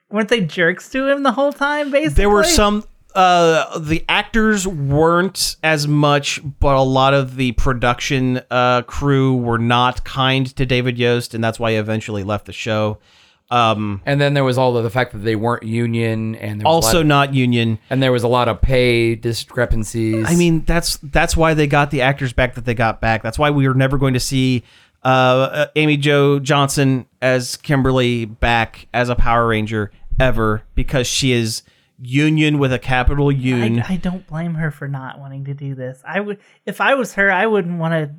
S2: weren't they jerks to him the whole time? Basically,
S4: there were some uh the actors weren't as much but a lot of the production uh crew were not kind to david yost and that's why he eventually left the show um
S3: And then there was all of the fact that they weren't union, and there was a
S4: also
S3: lot,
S4: not union
S3: and there was a lot of pay discrepancies.
S4: i mean that's that's why they got the actors back that they got back that's why we were never going to see uh, uh amy Jo johnson as kimberly back as a power ranger ever because she is union with a capital un
S2: I, I don't blame her for not wanting to do this. I would if I was her, I wouldn't want to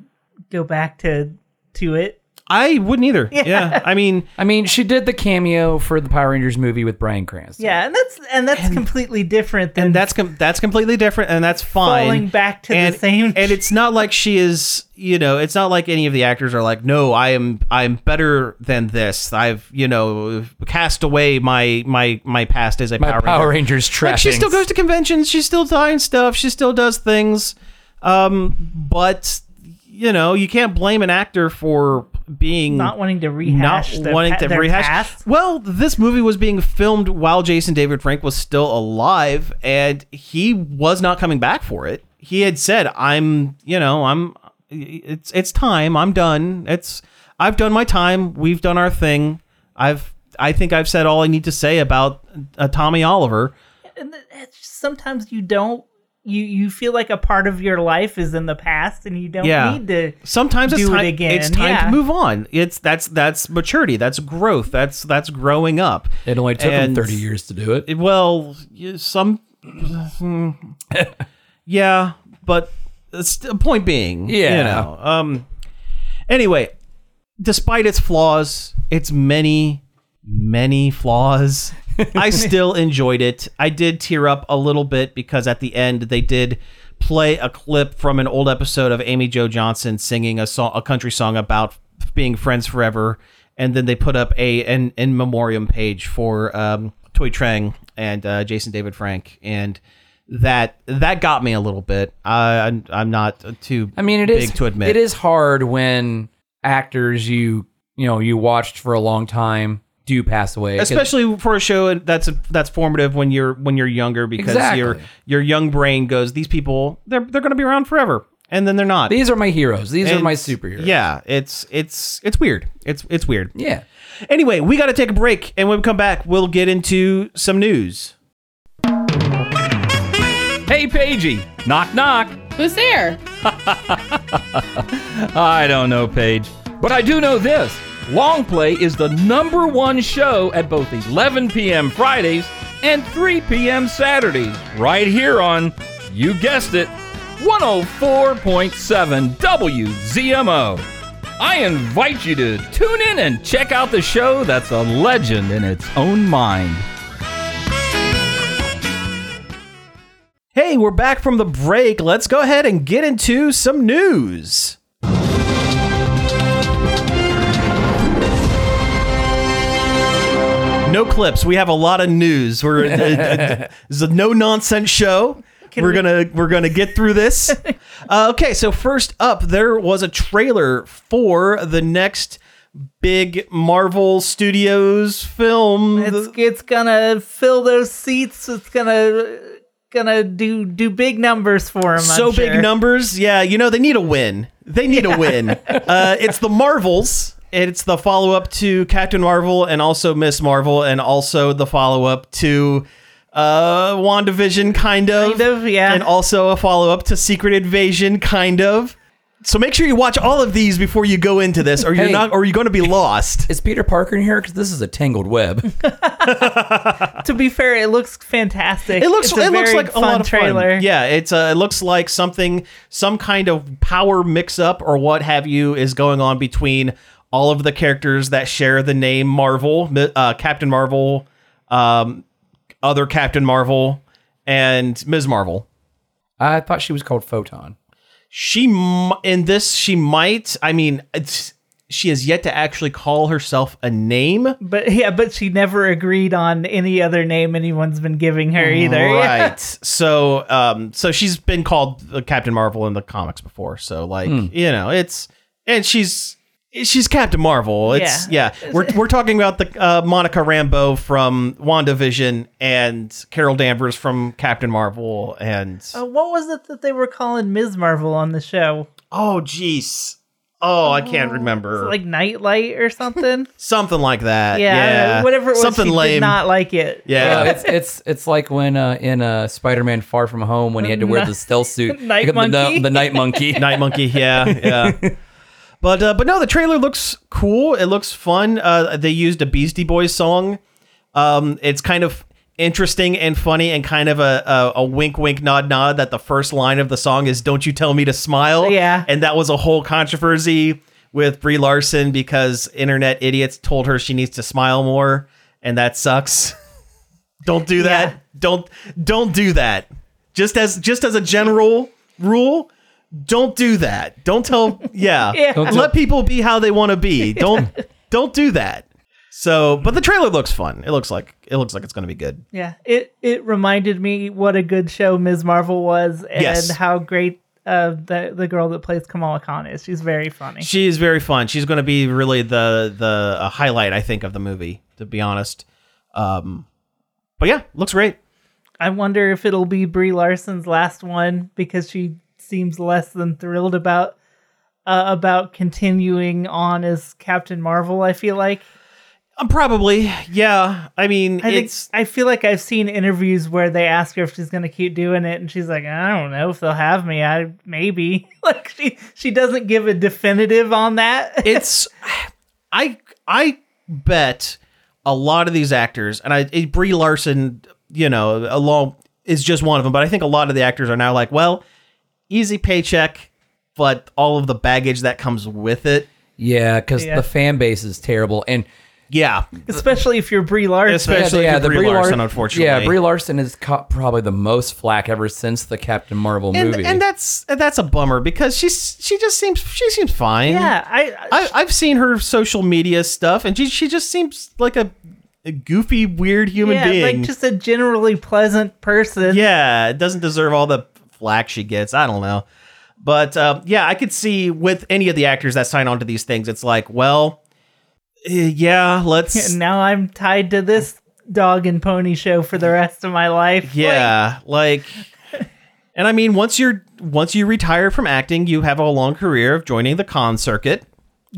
S2: go back to to it.
S4: I wouldn't either yeah i mean
S3: I mean, she did the cameo for the Power Rangers movie with Brian Cranston.
S2: Yeah, and that's and that's completely different than
S4: and that's com- that's completely different, and that's fine.
S2: falling back to
S4: and,
S2: the same.
S4: and it's not like she is, you know, it's not like any of the actors are like, no, I am, I am better than this. I've, you know, cast away my my my past as a
S3: my Power,
S4: Power, Ranger.
S3: Rangers trash.
S4: Like she still goes to conventions, she still signs stuff, she still does things, um, but you know, you can't blame an actor for being
S2: not wanting to rehash,
S4: not
S2: their
S4: wanting
S2: pa-
S4: to
S2: their
S4: rehash.
S2: past.
S4: Well, this movie was being filmed while Jason David Frank was still alive, and he was not coming back for it. He had said, "I'm, you know, I'm, it's it's time. I'm done. It's I've done my time. We've done our thing. I've." I think I've said all I need to say about uh, Tommy Oliver.
S2: And th- it's just sometimes you don't. You you feel like a part of your life is in the past, and you don't
S4: Yeah.
S2: need to.
S4: Sometimes it's
S2: Do it
S4: time.
S2: again,
S4: It's time
S2: yeah.
S4: to move on. It's that's that's maturity. That's growth. That's that's growing up.
S3: It only took
S4: And-
S3: him 30 years to do it.
S4: well you- some hmm. yeah but it's the point being
S3: Yeah.
S4: you know um anyway despite its flaws its many many flaws. I still enjoyed it. I did tear up a little bit because at the end they did play a clip from an old episode of Amy Jo Johnson singing a song, a country song about being friends forever, and then they put up a an in memoriam page for um, Toy Trang and uh, Jason David Frank, and that that got me a little bit. I I'm, I'm not too
S3: I mean, it
S4: big
S3: is
S4: to admit
S3: It is hard when actors you you know you watched for a long time do pass away. 'Cause-
S4: especially for a show that's that's formative when you're when you're younger because
S3: Exactly.
S4: your your young brain goes these people they're they're going to be around forever and then they're not
S3: these are my heroes. These are my
S4: It's-
S3: superheroes.
S4: yeah it's it's it's weird it's it's weird
S3: yeah.
S4: anyway we got to take a break and when we come back we'll get into some news
S7: Hey, Paigey. Knock, knock.
S8: Who's there?
S7: I don't know, Paige. But I do know this Long Play is the number one show at both 11 p.m. Fridays and 3 p.m. Saturdays, right here on, you guessed it, 104.7 WZMO. I invite you to tune in and check out the show that's a legend in its own mind.
S4: hey we're back from the break let's go ahead and get into some news no clips we have a lot of news we're This is a no nonsense show. we're gonna we're gonna get through this. uh, okay, so first up, there was a trailer for the next big Marvel Studios film.
S2: It's it's gonna fill those seats. It's gonna gonna do do big numbers for him.
S4: so big numbers, yeah. You know they need a win. They need a win. Uh, it's the Marvels. It's the follow up to Captain Marvel and also Miss Marvel and also the follow up to uh, WandaVision, kind of.
S2: Kind of, yeah.
S4: and also a follow up to Secret Invasion, kind of. So make sure you watch all of these before you go into this, or you're
S3: Hey.
S4: not, or you're going to be lost.
S3: Is Peter Parker in here? Because this is a tangled web.
S2: to be fair, it looks fantastic.
S4: It looks,
S2: It's
S4: it
S2: a
S4: looks
S2: very
S4: like a
S2: fun
S4: lot of
S2: trailer.
S4: fun. Yeah, it's uh, it looks like something, some kind of power mix up or what have you is going on between all of the characters that share the name Marvel, Mi- uh, Captain Marvel, um, other Captain Marvel, and Ms. Marvel.
S3: I thought she was called Photon.
S4: She m- in this she might. I mean, it's, she has yet to actually call herself a name.
S2: But yeah, but she never agreed on any other name anyone's been giving her either. Yeah.
S4: Mm, Right. So, um, so she's been called uh, Captain Marvel in the comics before. So, like, you know, it's and she's she's Captain Marvel. It's yeah. We're we're talking about the uh, Monica Rambeau from WandaVision and Carol Danvers from Captain Marvel and
S2: Uh, what was it that they were calling Ms. Marvel on the show?
S4: oh jeez. Oh, I can't remember.
S2: Like Nightlight or something?
S4: something like that.
S2: yeah,
S4: Yeah,
S2: whatever it was.
S4: Something
S2: she
S4: lame.
S2: did not like it.
S4: yeah.
S3: Uh, it's it's it's like when uh, in uh, Spider-Man: Far From Home when he had to wear the stealth suit,
S2: Night
S3: the,
S2: monkey?
S3: the, the night monkey.
S4: Night Monkey, yeah, yeah. But uh, but no, the trailer looks cool. It looks fun. Uh, they used a Beastie Boys song. Um, it's kind of interesting and funny, and kind of a, a a wink, wink, nod, nod. That the first line of the song is "Don't you tell me to smile."
S2: Yeah.
S4: and that was a whole controversy with Brie Larson because internet idiots told her she needs to smile more, and that sucks. don't do that. Don't don't do that. Just as just as a general rule, don't do that. Don't tell yeah.
S2: Don't
S4: Let people be how they want to be. Don't don't do that. So, but the trailer looks fun. It looks like it looks like it's going to be good.
S2: Yeah, it it reminded me what a good show Ms. Marvel was, and
S4: Yes.
S2: how great uh, the the girl that plays Kamala Khan is. She's very funny.
S4: She is very fun. She's going to be really the the uh, highlight I think of the movie, to be honest. Um but yeah, looks great.
S2: I wonder if it'll be Brie Larson's last one because she seems less than thrilled about uh, about continuing on as Captain Marvel. I feel like
S4: Um, probably. Yeah. I mean,
S2: I think
S4: it's
S2: I feel like I've seen interviews where they ask her if she's going to keep doing it, and she's like, I don't know if they'll have me. I maybe like she she doesn't give a definitive on that.
S4: it's I I bet a lot of these actors and I eh, Brie Larson, you know, along is just one of them, but I think a lot of the actors are now like, well, easy paycheck, but all of the baggage that comes with it.
S3: Yeah, because
S2: Yeah.
S3: the fan base is terrible, and
S4: Yeah,
S2: especially if you're Brie Larson.
S4: especially
S3: yeah,
S4: yeah,
S3: the
S4: Brie
S3: Brie Lar-
S4: Larson, unfortunately.
S3: Yeah, Brie Larson has caught probably the most flack ever since the Captain Marvel
S4: and,
S3: movie.
S4: and that's and that's a bummer because she's she just seems she seems fine.
S2: yeah, I,
S4: I, I've seen her social media stuff, and she she just seems like a, a goofy, weird human
S2: yeah,
S4: being.
S2: like just a generally pleasant person.
S4: yeah, it doesn't deserve all the flack she gets. I don't know, but uh, yeah, I could see with any of the actors that sign on to these things, it's like, well, eh, yeah, let's
S2: And now I'm tied to this dog and pony show for the rest of my life.
S4: Yeah, like, and I mean, once you're once you retire from acting, you have a long career of joining the con circuit.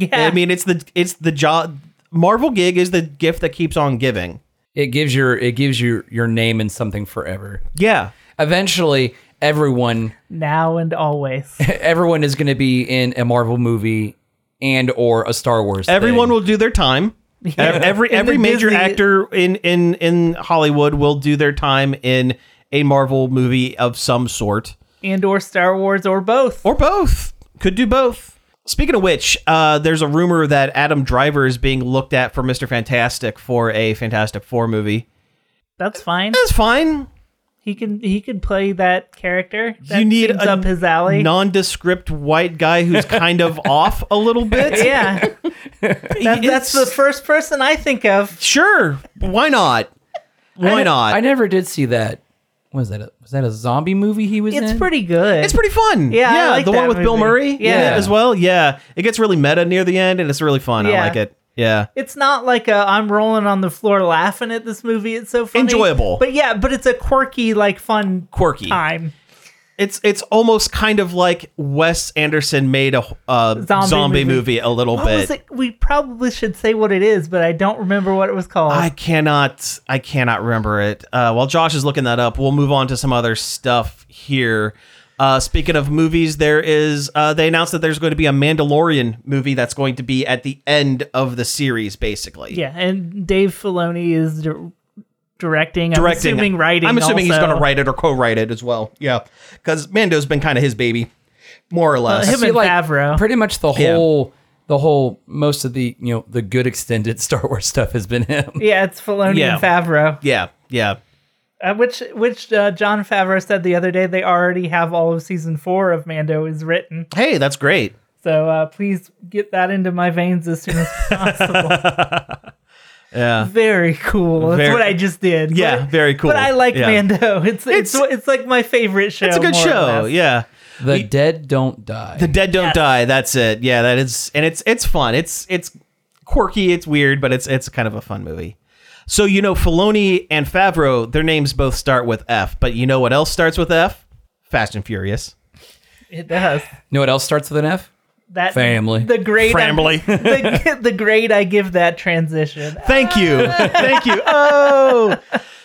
S2: Like, yeah.
S4: I mean, it's the it's the job. Marvel gig is the gift that keeps on giving.
S3: it gives your it gives you your name and something forever.
S4: Yeah,
S3: Eventually, everyone
S2: now and always.
S3: everyone is going to be in a Marvel movie and or a Star Wars.
S4: everyone
S3: thing.
S4: will do their time. Ev- Every
S2: In the
S4: every major
S2: Disney-
S4: actor in in in Hollywood will do their time in a Marvel movie of some sort.
S2: and or Star Wars or both.
S4: or both. Could do both. Speaking of which, uh, there's a rumor that Adam Driver is being looked at for Mr. Fantastic for a Fantastic Four movie.
S2: That's fine.
S4: That's fine.
S2: He can he could play that character. That
S4: you need
S2: seems
S4: a
S2: up his alley.
S4: nondescript white guy who's kind of off a little bit.
S2: yeah, that, that's the
S4: It's-
S2: first person I think of.
S4: sure. Why not? Why
S3: I-
S4: not?
S3: I never did see that. Was that a, was that a zombie movie he was in?
S2: It's pretty good.
S4: it's pretty fun.
S2: Yeah, I
S4: yeah.
S2: like
S4: the one
S2: that
S4: with Bill
S2: movie.
S4: Murray. in it
S2: Yeah.
S4: as well. Yeah, it gets really meta near the end, and it's really fun. I
S2: Yeah.
S4: like it. Yeah,
S2: It's not like a, I'm rolling on the floor laughing at this movie. It's so funny.
S4: Enjoyable.
S2: but yeah, but it's a quirky, like fun
S4: quirky.
S2: time.
S4: It's it's almost kind of like Wes Anderson made a uh,
S2: Zombie
S4: zombie,
S2: movie.
S4: movie. a little
S2: What
S4: bit.
S2: was it? We probably should say what it is, but I don't remember what it was called.
S4: I cannot I cannot remember it. Uh, while Josh is looking that up, we'll move on to some other stuff here. Uh, speaking of movies, there is uh, they announced that there's going to be a Mandalorian movie that's going to be at the end of the series, basically.
S2: yeah, and Dave Filoni is di- directing.
S4: Directing,
S2: I'm assuming writing.
S4: I'm assuming he's
S2: also.
S4: going to write it or co-write it as well. Yeah, because Mando's been kind of his baby, more or less.
S2: him
S3: See,
S2: and Favreau.
S3: Pretty much the
S4: Yeah.
S3: whole the whole most of the you know the good extended Star Wars stuff has been him.
S2: Yeah, it's Filoni
S4: Yeah.
S2: and Favreau.
S4: yeah, yeah.
S2: Uh, which which uh, John Favreau said the other day they already have all of season four of Mando is written.
S4: Hey, that's great.
S2: So uh, please get that into my veins as soon as possible.
S4: Yeah.
S2: Very cool. That's
S4: Very-
S2: what I just did.
S4: Yeah,
S2: But-
S4: very cool.
S2: But I like
S4: Yeah.
S2: Mando. It's it's, it's
S4: It's-
S2: like my favorite show.
S4: It's a good
S2: more or
S4: show.
S2: less.
S4: Yeah.
S3: The dead don't die.
S4: The dead don't die. That's it. Yeah, that is, and it's it's fun. It's it's quirky. It's weird, but it's it's kind of a fun movie. So you know, Filoni and Favreau, their names both start with F. But you know what else starts with F? Fast and Furious.
S2: It does.
S3: you know what else starts with an F?
S2: That
S3: Family.
S2: The grade. I-
S4: Family.
S2: the, the grade I give that transition.
S4: Thank you. Thank you. Oh.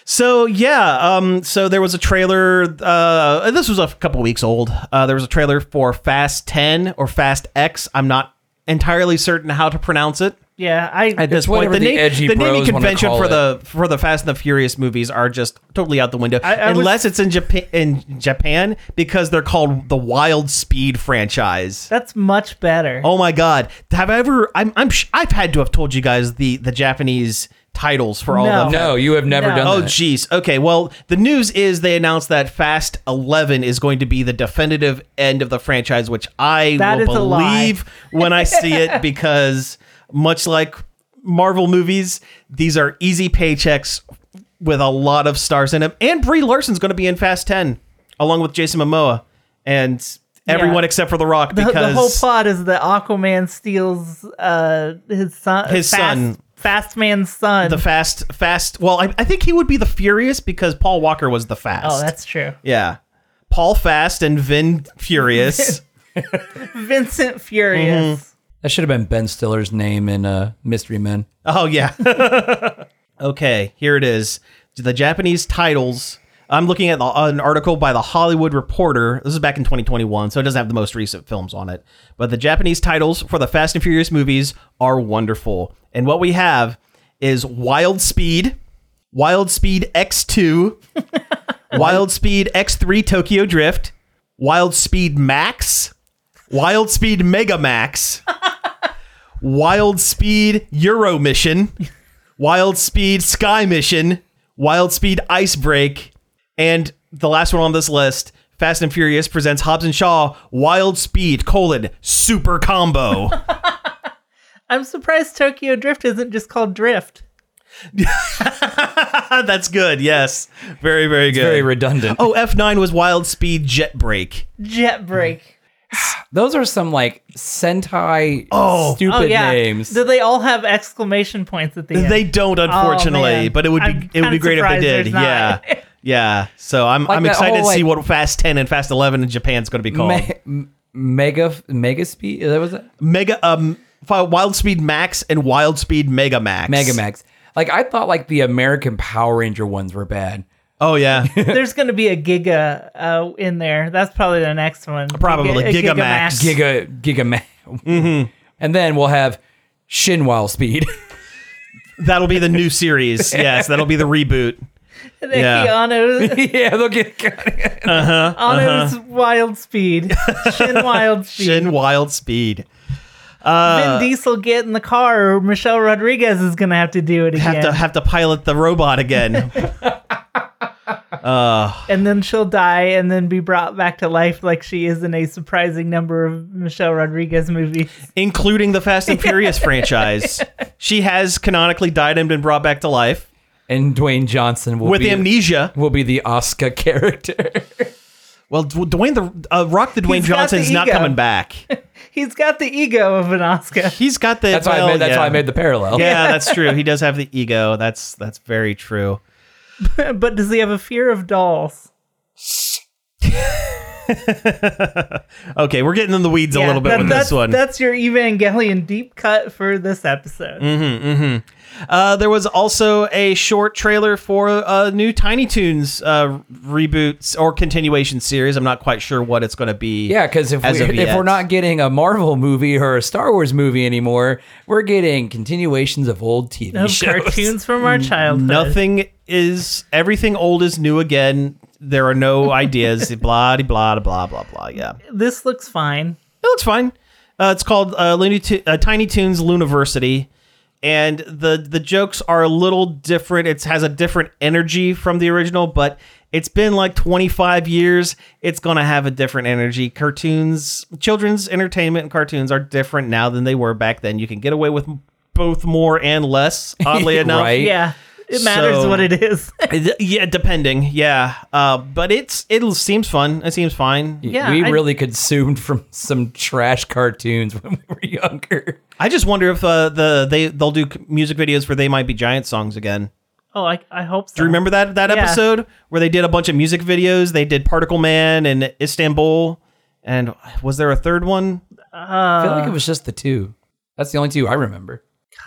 S4: So yeah, um, so there was a trailer. Uh, this was a couple weeks old. Uh, there was a trailer for Fast Ten or Fast X. I'm not entirely certain how to pronounce it.
S2: Yeah, I.
S4: at this point.
S3: whatever
S4: The,
S3: the
S4: na-
S3: edgy
S4: the naming
S3: bros wanna
S4: convention
S3: call
S4: for
S3: it.
S4: the for the Fast and the Furious movies are just totally out the window,
S2: I was-
S4: unless it's in Japan in Japan because they're called the Wild Speed franchise.
S2: that's much better.
S4: Oh my god! Have I ever? I'm, I'm sh- I've had to have told you guys the the Japanese titles for all
S2: No.
S4: of them.
S3: No, you have never
S2: No.
S3: done
S4: Oh
S3: that.
S4: jeez. Okay. Well, the news is they announced that Fast Eleven is going to be the definitive end of the franchise, which I
S2: That
S4: will
S2: is a lie.
S4: believe when I see it because much like Marvel movies, these are easy paychecks with a lot of stars in them. And Brie Larson's going to be in Fast Ten along with Jason Momoa and everyone except for The Rock
S2: The-
S4: because
S2: the whole plot is that Aquaman steals uh, his son,
S4: His
S2: fast,
S4: son.
S2: Fast Man's son.
S4: the Fast Fast. Well, I, I think he would be the Furious because Paul Walker was the Fast.
S2: oh, that's true.
S4: Yeah. Paul Fast and Vin Furious.
S2: Vincent Furious.
S4: Mm-hmm.
S3: That should have been Ben Stiller's name in uh, Mystery Men.
S4: oh, yeah. okay, here it is. The Japanese titles. I'm looking at the, an article by The Hollywood Reporter. This is back in 2021, so it doesn't have the most recent films on it. But the Japanese titles for the Fast and Furious movies are wonderful. And what we have is Wild Speed, Wild Speed X2, Wild Speed X3 Tokyo Drift, Wild Speed Max, Wild Speed Mega Max, Wild Speed Euro Mission, Wild Speed Sky Mission, Wild Speed Ice Break, and the last one on this list, Fast and Furious presents Hobbs and Shaw Wild Speed colon Super Combo.
S2: I'm surprised Tokyo Drift isn't just called Drift.
S4: That's good. Yes, very very good.
S3: Very redundant.
S4: oh, F nine was Wild Speed Jet Break.
S2: Jet Brake.
S3: Those are some like Sentai
S4: Oh.
S3: stupid
S2: Oh yeah.
S3: names.
S2: Do they all have exclamation points at the end?
S4: They don't, unfortunately,
S2: Oh, man.
S4: but it would be
S2: I'm
S4: it would be
S2: kinda
S4: great if they
S2: surprised
S4: did.
S2: there's not.
S4: Yeah, yeah. So I'm
S3: Like
S4: I'm
S3: that
S4: excited
S3: whole,
S4: to see
S3: like-
S4: what Fast Ten and Fast Eleven in Japan's going to be called.
S3: Me- m- mega mega speed. That was it.
S4: Mega um fi- Wild Speed Max and Wild Speed Mega Max.
S3: Mega Max. Like I thought, like the American Power Ranger ones were bad.
S4: Oh yeah,
S2: There's going to be a Giga uh, in there. That's probably the next one.
S4: Probably.
S2: a
S4: Giga Max.
S3: Giga Giga Max.
S4: Mm-hmm.
S3: And then we'll have Shin Wild Speed.
S4: that'll be the new series. Yes, that'll be the reboot.
S2: The
S4: Yeah. Uh-huh.
S2: Keanu,
S3: yeah, they'll get.
S2: Keanu's Wild Speed. Shin Wild Speed.
S4: Shin uh, Wild Speed.
S2: Vin Diesel get in the car, or Michelle Rodriguez is going to have to do it
S4: Have
S2: again.
S4: to have to pilot the robot again.
S2: and then she'll die and then be brought back to life like she is in a surprising number of Michelle Rodriguez movies.
S4: including the Fast and Furious franchise. She has canonically died and been brought back to life
S3: And Dwayne Johnson will
S4: with
S3: be,
S4: amnesia.
S3: will be the Oscar character.
S4: Well, D- Dwayne the uh, Rock, the Dwayne
S2: He's got
S4: Johnson's
S2: the
S4: not
S2: ego.
S4: coming back.
S2: He's got the ego of an Oscar.
S4: He's got the.
S3: That's why I
S4: well,
S3: made. That's
S4: yeah.
S3: why I made the parallel.
S4: Yeah, that's true. He does have the ego. That's that's very true.
S2: but does he have a fear of dolls?
S4: Okay, we're getting in the weeds a little bit
S2: that-
S4: with
S2: that's,
S4: this one.
S2: That's your Evangelion deep cut for this episode.
S4: Mm. Uh, there was also a short trailer for a new Tiny Toons uh, reboots or continuation series. I'm not quite sure what it's going to be.
S3: Yeah, because if,
S4: As
S3: we,
S4: of
S3: if
S4: yet.
S3: we're not getting a Marvel movie or a Star Wars movie anymore, we're getting continuations of old TV
S2: Of
S3: shows.
S2: cartoons from our childhood.
S4: Nothing is everything old is new again. There are no ideas. blah de blah de blah blah blah. Yeah, it
S2: This looks fine.
S4: looks fine. Uh, it's called uh, Looney Tu- uh, Tiny Toons Luniversity, and the the jokes are a little different. It has a different energy from the original, but it's been like 25 years. It's gonna have a different energy. Cartoons, children's entertainment, and cartoons are different now than they were back then. You can get away with both more and less. Oddly enough,
S3: Right.
S2: Yeah. It matters
S4: So-
S2: what it is.
S4: Th- Yeah, depending. Yeah, uh, but it's it seems fun. It seems fine.
S2: Yeah,
S3: we
S2: I-
S3: really consumed from some trash cartoons when we were younger.
S4: I just wonder if uh, the they they'll do c- music videos for "They Might Be Giant" songs again.
S2: oh, I, I hope so.
S4: Do you remember that that
S2: Yeah.
S4: episode where they did a bunch of music videos? They did "Particle Man" and "Istanbul," and was there a third one?
S3: I
S2: Uh.
S3: feel like it was just the two. That's the only two I remember.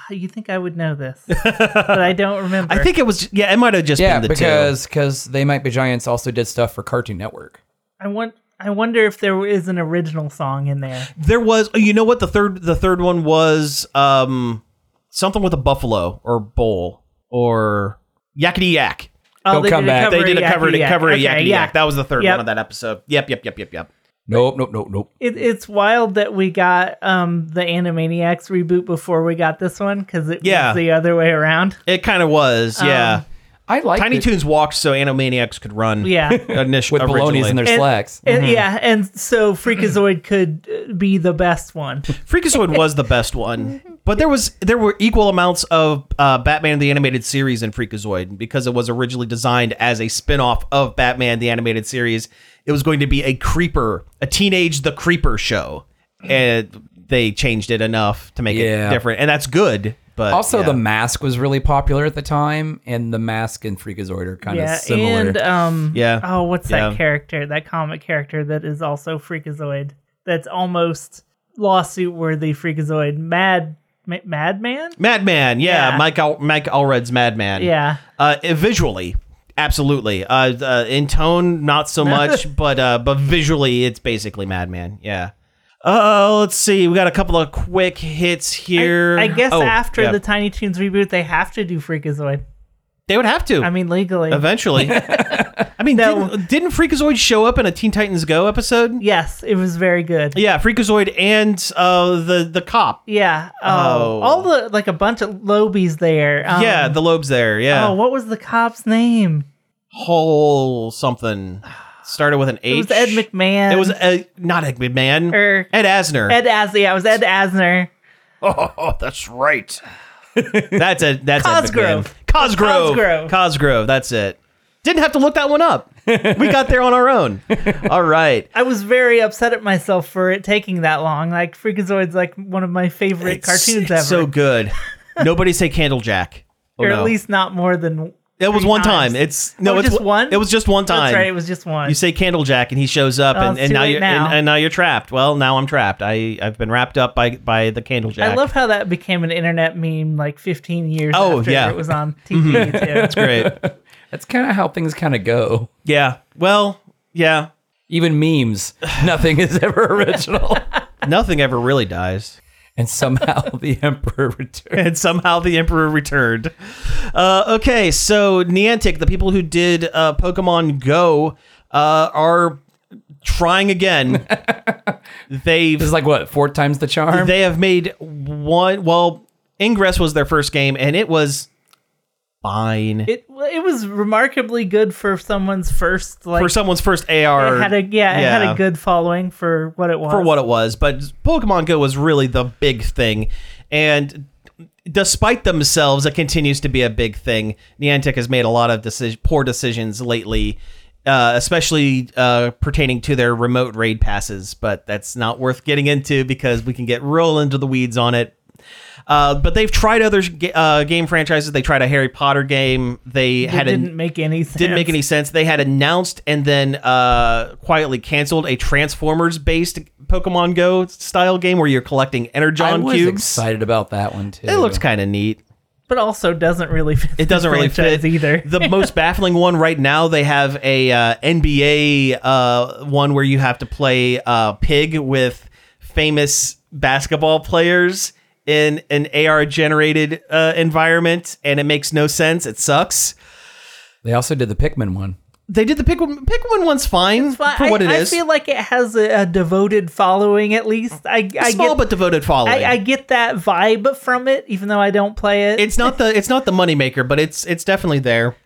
S2: You think I would know this, but I don't remember.
S4: I think it was. Yeah, it might have just
S3: Yeah,
S4: been the
S3: because because they might be giants also did stuff for Cartoon Network.
S2: I want. I wonder if there is an original song in there.
S4: two. There was. oh, You know what? The third the third one was um something with a buffalo or bull or yakety yak.
S2: Oh,
S3: Don't come
S2: did a
S3: back.
S2: cover
S4: They
S2: of
S4: did a
S2: Yakety
S4: cover
S2: Yak.
S4: cover of
S2: Okay,
S4: yakety
S2: yeah.
S4: yak. That was the third
S2: Yep.
S4: one of that episode. Yep, yep, yep, yep, yep.
S3: Nope, nope, nope, nope.
S2: It, it's wild that we got um the Animaniacs reboot before we got this one because it
S4: Yeah.
S2: was the other way around.
S4: It kind of was,
S2: Um,
S4: yeah.
S3: I like
S4: Tiny
S3: it
S4: Toons walked so Animaniacs could run.
S2: Yeah.
S4: initially
S3: with balonies in their
S2: And-
S3: slacks.
S4: Mm-hmm.
S2: And, yeah, and so Freakazoid could uh, be the best one.
S4: Freakazoid was the best one, but there was there were equal amounts of uh, Batman the Animated Series and Freakazoid because it was originally designed as a spin-off of Batman the Animated Series. It was going to be a creeper, a teenage the creeper show, and they changed it enough to make
S3: Yeah.
S4: it different, and that's good. But
S3: Also,
S4: yeah.
S3: the mask was really popular at the time, and the mask and Freakazoid are kind of
S2: yeah,
S3: similar.
S4: uh,
S2: and um,
S4: Yeah.
S2: Oh, what's
S4: Yeah.
S2: that character? That comic character that is also Freakazoid. That's almost lawsuit worthy Freakazoid. Mad Ma- Madman.
S4: Madman, yeah,
S2: Yeah.
S4: Mike Al- Mike Allred's Madman,
S2: Yeah.
S4: uh, eh, visually absolutely uh, uh in tone not so much but uh but visually it's basically madman yeah uh let's see we got a couple of quick hits here
S2: I, I guess
S4: Oh,
S2: after
S4: yeah.
S2: the Tiny Toons reboot, they have to do Freakazoid.
S4: they would have to
S2: I mean, legally.
S4: eventually I mean,
S2: That
S4: didn't, didn't Freakazoid show up in a Teen Titans Go episode?
S2: Yes, it was very good.
S4: Yeah, Freakazoid and uh, the the cop.
S2: Yeah. Oh,
S4: Oh.
S2: all the like a bunch of lobies there. Um,
S4: yeah, the lobes there. Yeah,
S2: Oh, what was the cop's name?
S4: whole something started with an H.
S2: It was Ed McMahon.
S4: It was uh, not Ed McMahon.
S2: Er.
S4: Ed Asner.
S2: Ed Asner. Yeah, it was Ed Asner.
S6: Oh, that's right.
S4: that's a that's
S2: Cosgrove.
S4: Ed McMahon. Cosgrove.
S2: Cosgrove.
S4: Cosgrove. That's it. Didn't have to look that one up. we got there on our own. All right.
S2: I was very upset at myself for it taking that long. Like Freakazoid's like one of my favorite cartoons
S4: it's
S2: ever,
S4: So good. Nobody say Candlejack. Oh,
S2: or
S4: no.
S2: at least not more than.
S4: it was
S2: three
S4: one
S2: times.
S4: time. It's no,
S2: Oh,
S4: it's
S2: just one?
S4: It was just one time.
S2: That's right. It was just one.
S4: You say Candlejack, and he shows up,
S2: Oh,
S4: and,
S2: it's
S4: and
S2: too
S4: now
S2: late
S4: you're
S2: now.
S4: And, and now you're trapped. Well, now I'm trapped. I I've been wrapped up by by the Candlejack.
S2: I love how that became an internet meme like 15 years
S4: Oh,
S2: after
S4: yeah. Mm-hmm.
S2: it was on TV. too.
S4: great.
S3: That's kind of how things kind of go.
S4: Yeah. Well. Yeah.
S3: Even memes, nothing is ever original.
S4: Nothing ever really dies.
S3: and somehow the emperor returns.
S4: and somehow the emperor returned. Uh, okay, so Niantic, the people who did uh, Pokemon Go, uh, are trying again.
S3: This
S4: They've
S3: is like what four times the charm.
S4: they have made one. Well, Ingress was their first game, and it was fine
S2: It it was remarkably good for someone's first like
S4: for someone's first AR.
S2: it had a yeah, it had
S4: yeah.
S2: a good following for what it was.
S4: for what it was, but Pokemon Go was really the big thing. And despite themselves, it continues to be a big thing. Niantic has made a lot of deci- poor decisions lately, uh, especially uh, pertaining to their remote raid passes, but that's not worth getting into because we can get real into the weeds on it. Uh, but they've tried other ga- uh, game franchises. They tried a Harry Potter game. They
S2: it
S4: had
S2: didn't
S4: an,
S2: make any sense.
S4: didn't make any sense. They had announced and then uh, quietly canceled a Transformers based Pokemon Go style game where you're collecting
S3: I
S4: Energon
S3: was
S4: cubes.
S3: excited about that one too.
S4: It looks kind of neat.
S2: but also doesn't really fit.
S4: It doesn't really fit
S2: either.
S4: the most baffling one right now, they have a uh, NBA uh, one where you have to play uh, pig with famous basketball players in an AR generated uh, environment, and it makes no sense. It sucks.
S3: They also did the Pikmin one.
S4: They did the Pikmin. Pikmin one's fine
S2: But
S4: for what
S2: I,
S4: it is.
S2: I feel like it has a, a devoted following at least. I, I
S4: small
S2: get
S4: but devoted following.
S2: I, I get that vibe from it, even though I don't play it.
S4: it's not the it's not the moneymaker, but it's it's definitely there.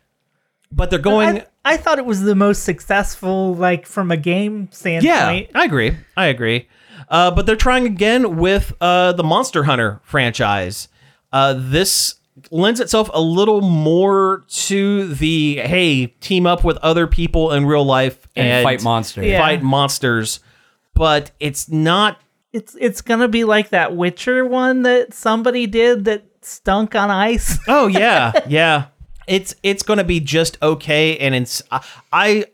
S4: But they're going.
S2: I, I thought it was the most successful, like from a game
S4: yeah,
S2: standpoint.
S4: I agree. I agree. Uh, but they're trying again with uh, the Monster Hunter franchise. Uh, this lends itself a little more to the hey, team up with other people in real life
S3: And, fight monster.
S2: Yeah.
S4: fight monsters. But it's not
S2: It's it's gonna be like that Witcher one that somebody did that stunk on ice.
S4: Oh yeah, yeah. It's it's going to be just okay, and it's I, I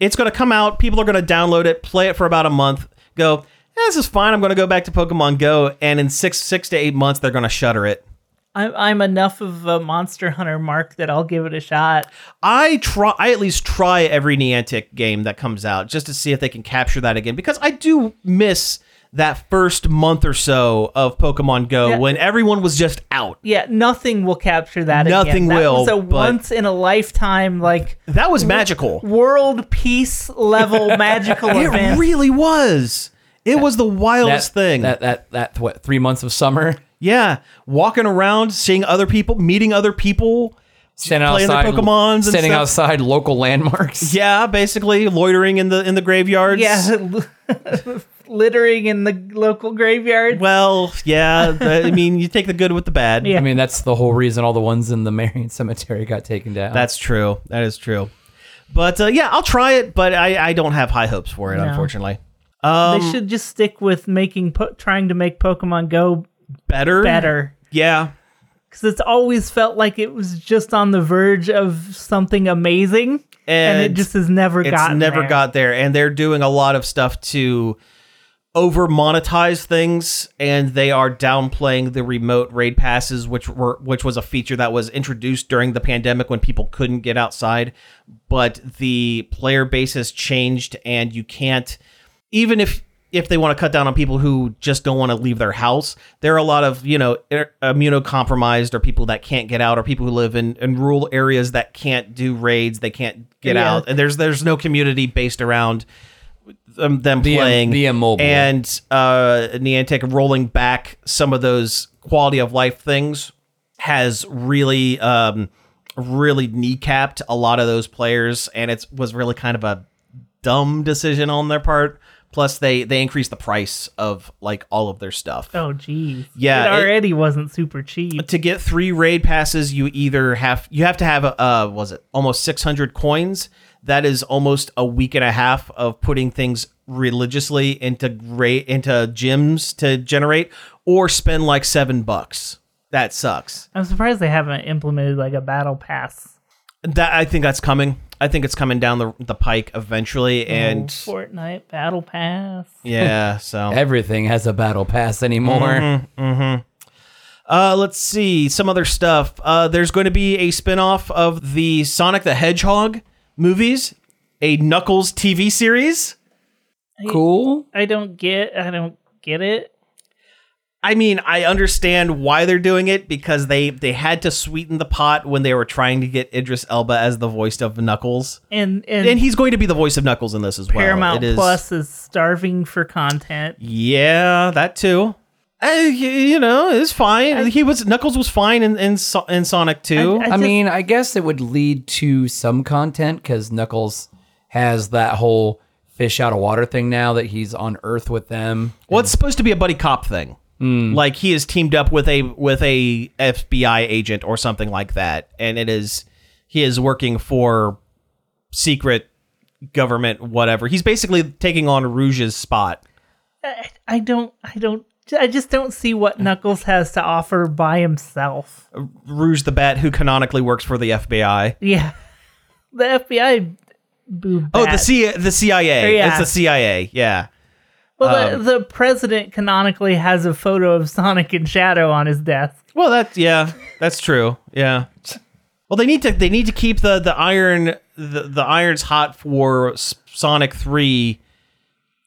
S4: it's going to come out. People are going to download it, play it for about a month, go. "Eh, This is fine. I'm going to go back to Pokemon Go, and in six six to eight months, they're going to shutter it.
S2: I'm I'm enough of a Monster Hunter mark that I'll give it a shot.
S4: I try. I at least try every Niantic game that comes out just to see if they can capture that again because I do miss that first month or so of Pokemon Go
S2: Yeah.
S4: when everyone was just out.
S2: Yeah, nothing will capture that.
S4: Nothing
S2: again. That
S4: will,
S2: was a
S4: but-
S2: once in a lifetime like
S4: That was magical.
S2: world peace level magical
S4: It
S2: event.
S4: really was. It was the wildest thing.
S3: That that that what three months of summer.
S4: Yeah, walking around, seeing other people, meeting other people.
S3: Standing
S4: Playing their
S3: outside,
S4: Pokemons and
S3: standing
S4: stuff.
S3: outside local landmarks.
S4: Yeah, basically loitering in the in the graveyards.
S2: yeah, littering in the local graveyard.
S4: Well, yeah. the- I mean, you take the good with the bad.
S2: Yeah.
S3: I mean, that's the whole reason all the ones in the Marion Cemetery got taken down.
S4: that's true. That is true. But uh, yeah, I'll try it. But I, I don't have high hopes for it,
S2: No.
S4: unfortunately. um,
S2: they should just stick with making po- trying to make Pokemon Go
S4: Better,
S2: better
S4: Yeah,
S2: because it's always felt like it was just on the verge of something amazing, and, it
S4: And
S2: just has never
S4: it's
S2: gotten
S4: never
S2: there.
S4: got there, and they're doing a lot of stuff to over monetize things, and they are downplaying the remote raid passes, which were which was a feature that was introduced during the pandemic when people couldn't get outside, but the player base has changed, and you can't even if if they want to cut down on people who just don't want to leave their house, there are a lot of you know er- immunocompromised or people that can't get out or people who live in, in rural areas that can't do raids, they can't get
S2: Yeah.
S4: out, and there's there's no community based around them, them
S3: The im-
S4: playing
S3: the immobile.
S4: and uh, Niantic rolling back some of those quality of life things has really um, really kneecapped a lot of those players, and it was really kind of a dumb decision on their part. Plus, they they increased the price of like all of their stuff.
S2: Oh, geez.
S4: Yeah,
S2: It
S4: it-
S2: already wasn't super cheap.
S4: To get three raid passes, you either have you have to have a uh, was it almost six hundred coins. That is almost a week and a half of putting things religiously into raid into gyms to generate, or spend like seven bucks. That sucks.
S2: I'm surprised they haven't implemented like a battle pass
S4: That I think that's coming. I think it's coming down the the pike eventually. And
S2: Oh. Fortnite battle pass.
S4: yeah, so
S3: Everything has a battle pass anymore.
S4: Uh, let's see some other stuff. Uh, there's going to be a spin-off of the Sonic the Hedgehog movies, a Knuckles TV series.
S3: Cool.
S2: I don't get. I don't get it.
S4: I mean, I understand why they're doing it because they they had to sweeten the pot when they were trying to get Idris Elba as the voice of Knuckles.
S2: And and,
S4: And he's going to be the voice of Knuckles in this as well.
S2: Paramount
S4: It is-
S2: Plus is starving for content.
S4: Yeah, that too. Uh, y- you know, it's fine. he was Knuckles was fine in in, So- in Sonic 2.
S3: I,
S2: just-
S3: mean, I guess it would lead to some content because Knuckles has that whole fish out of water thing now that he's on Earth with them.
S4: Well, it's supposed to be a buddy cop thing. Like he is teamed up with a with a FBI agent or something like that, and it is he is working for secret government whatever. He's basically taking on Rouge's spot.
S2: I, I don't. I don't. I just don't see what Knuckles has to offer by himself.
S4: Rouge the Bat, who canonically works for the FBI.
S2: Yeah, the FBI. Boo
S4: Oh, the
S2: bat.
S4: C the CIA.
S2: Yeah.
S4: It's the CIA. Yeah.
S2: Well,
S4: um,
S2: the, the president canonically has a photo of Sonic and Shadow on his desk.
S4: Well, that's yeah, that's true. Yeah. Well, they need to they need to keep the the iron the, the irons hot for S- Sonic 3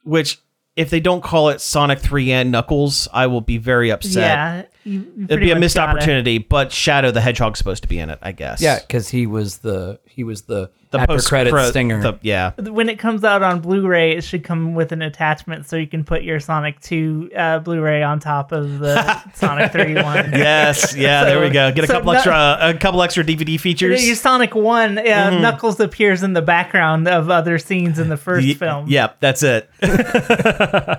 S4: which if they don't call it Sonic 3 and Knuckles, I will be very upset.
S2: Yeah, you- you
S4: It'd
S2: pretty
S4: be a
S2: much
S4: missed
S2: got it.
S4: opportunity, but Shadow the Hedgehog's supposed to be in it, I guess.
S3: Yeah, because he was the he was the,
S4: The
S3: after credit
S4: pro-
S3: stinger.
S4: the- yeah.
S2: When it comes out on Blu-ray, it should come with an attachment so you can put your Sonic Two uh, Blu-ray on top of the Sonic Three one.
S4: Yes, yeah, there we go. Get a
S2: so
S4: couple
S2: Knu-
S4: extra a couple extra DVD features.
S2: Your Sonic One, uh,
S4: Mm-hmm.
S2: Knuckles appears in the background of other scenes in the first
S4: Ye-
S2: film.
S4: Yep, that's it.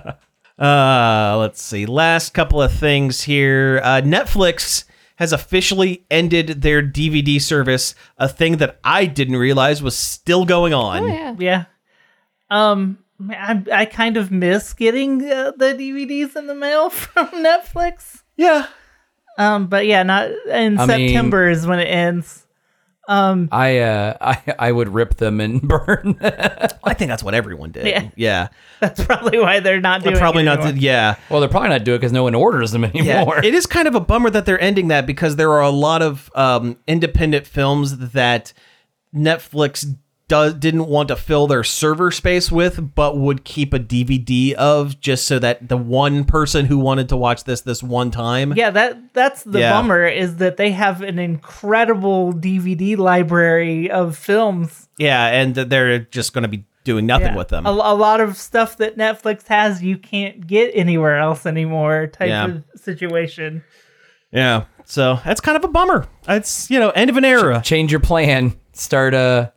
S4: uh, let's see. Last couple of things here. Uh, Netflix has officially ended their DVD service, a thing that I didn't realize was still going on.
S5: yeah.
S2: yeah. Um, I, I kind of miss getting uh, the DVDs in the mail from Netflix.
S4: Yeah.
S2: Um, but yeah, not in
S3: I mean-
S2: September is when it ends.
S3: I uh I, I would rip them and burn.
S4: I think that's what everyone did.
S2: Yeah.
S4: Yeah.
S2: That's probably why they're not doing.
S4: But probably
S2: it
S4: not.
S2: anymore.
S4: The, yeah.
S3: well, they're probably not doing it because no one orders them anymore.
S4: It is kind of a bummer that they're ending that because there are a lot of um, independent films that Netflix does didn't want to fill their server space with, but would keep a DVD of just so that the one person who wanted to watch this this one time.
S2: yeah, that that's the
S4: Yeah.
S2: bummer is that they have an incredible DVD library of films.
S4: Yeah, and th- they're just going to be doing nothing
S2: Yeah.
S4: with them.
S2: A, a lot of stuff that Netflix has you can't get anywhere else anymore type
S4: Yeah.
S2: of situation.
S4: yeah. So that's kind of a bummer. It's you know end of an era.
S3: Change your plan. Start uh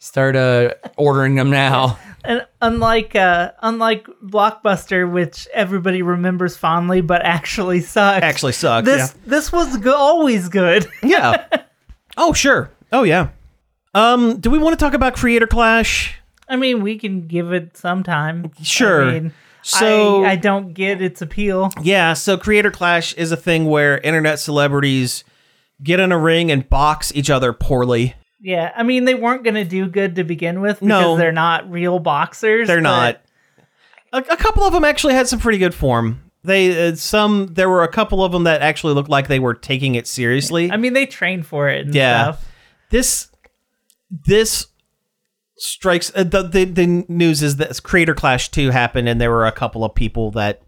S3: start uh ordering them now.
S2: And unlike uh, unlike Blockbuster, which everybody remembers fondly but actually sucks.
S4: Actually sucks.
S2: this this was go- always good.
S4: yeah. yeah. Oh sure. Oh yeah. Um, do we want to talk about Creator Clash?
S2: I mean, we can give it some time.
S4: Sure.
S2: I mean,
S4: So-
S2: I, I don't get its appeal.
S4: Yeah, so Creator Clash is a thing where internet celebrities get in a ring and box each other poorly.
S2: Yeah, I mean, they weren't going to do good to begin with because
S4: No.
S2: they're not real boxers.
S4: They're
S2: but-
S4: not. A, a couple of them actually had some pretty good form. They uh, some there were a couple of them that actually looked like they were taking it seriously.
S2: I mean, they train for it and
S4: Yeah.
S2: stuff.
S4: this this strikes uh, the, the the news is that Creator Clash 2 happened and there were a couple of people that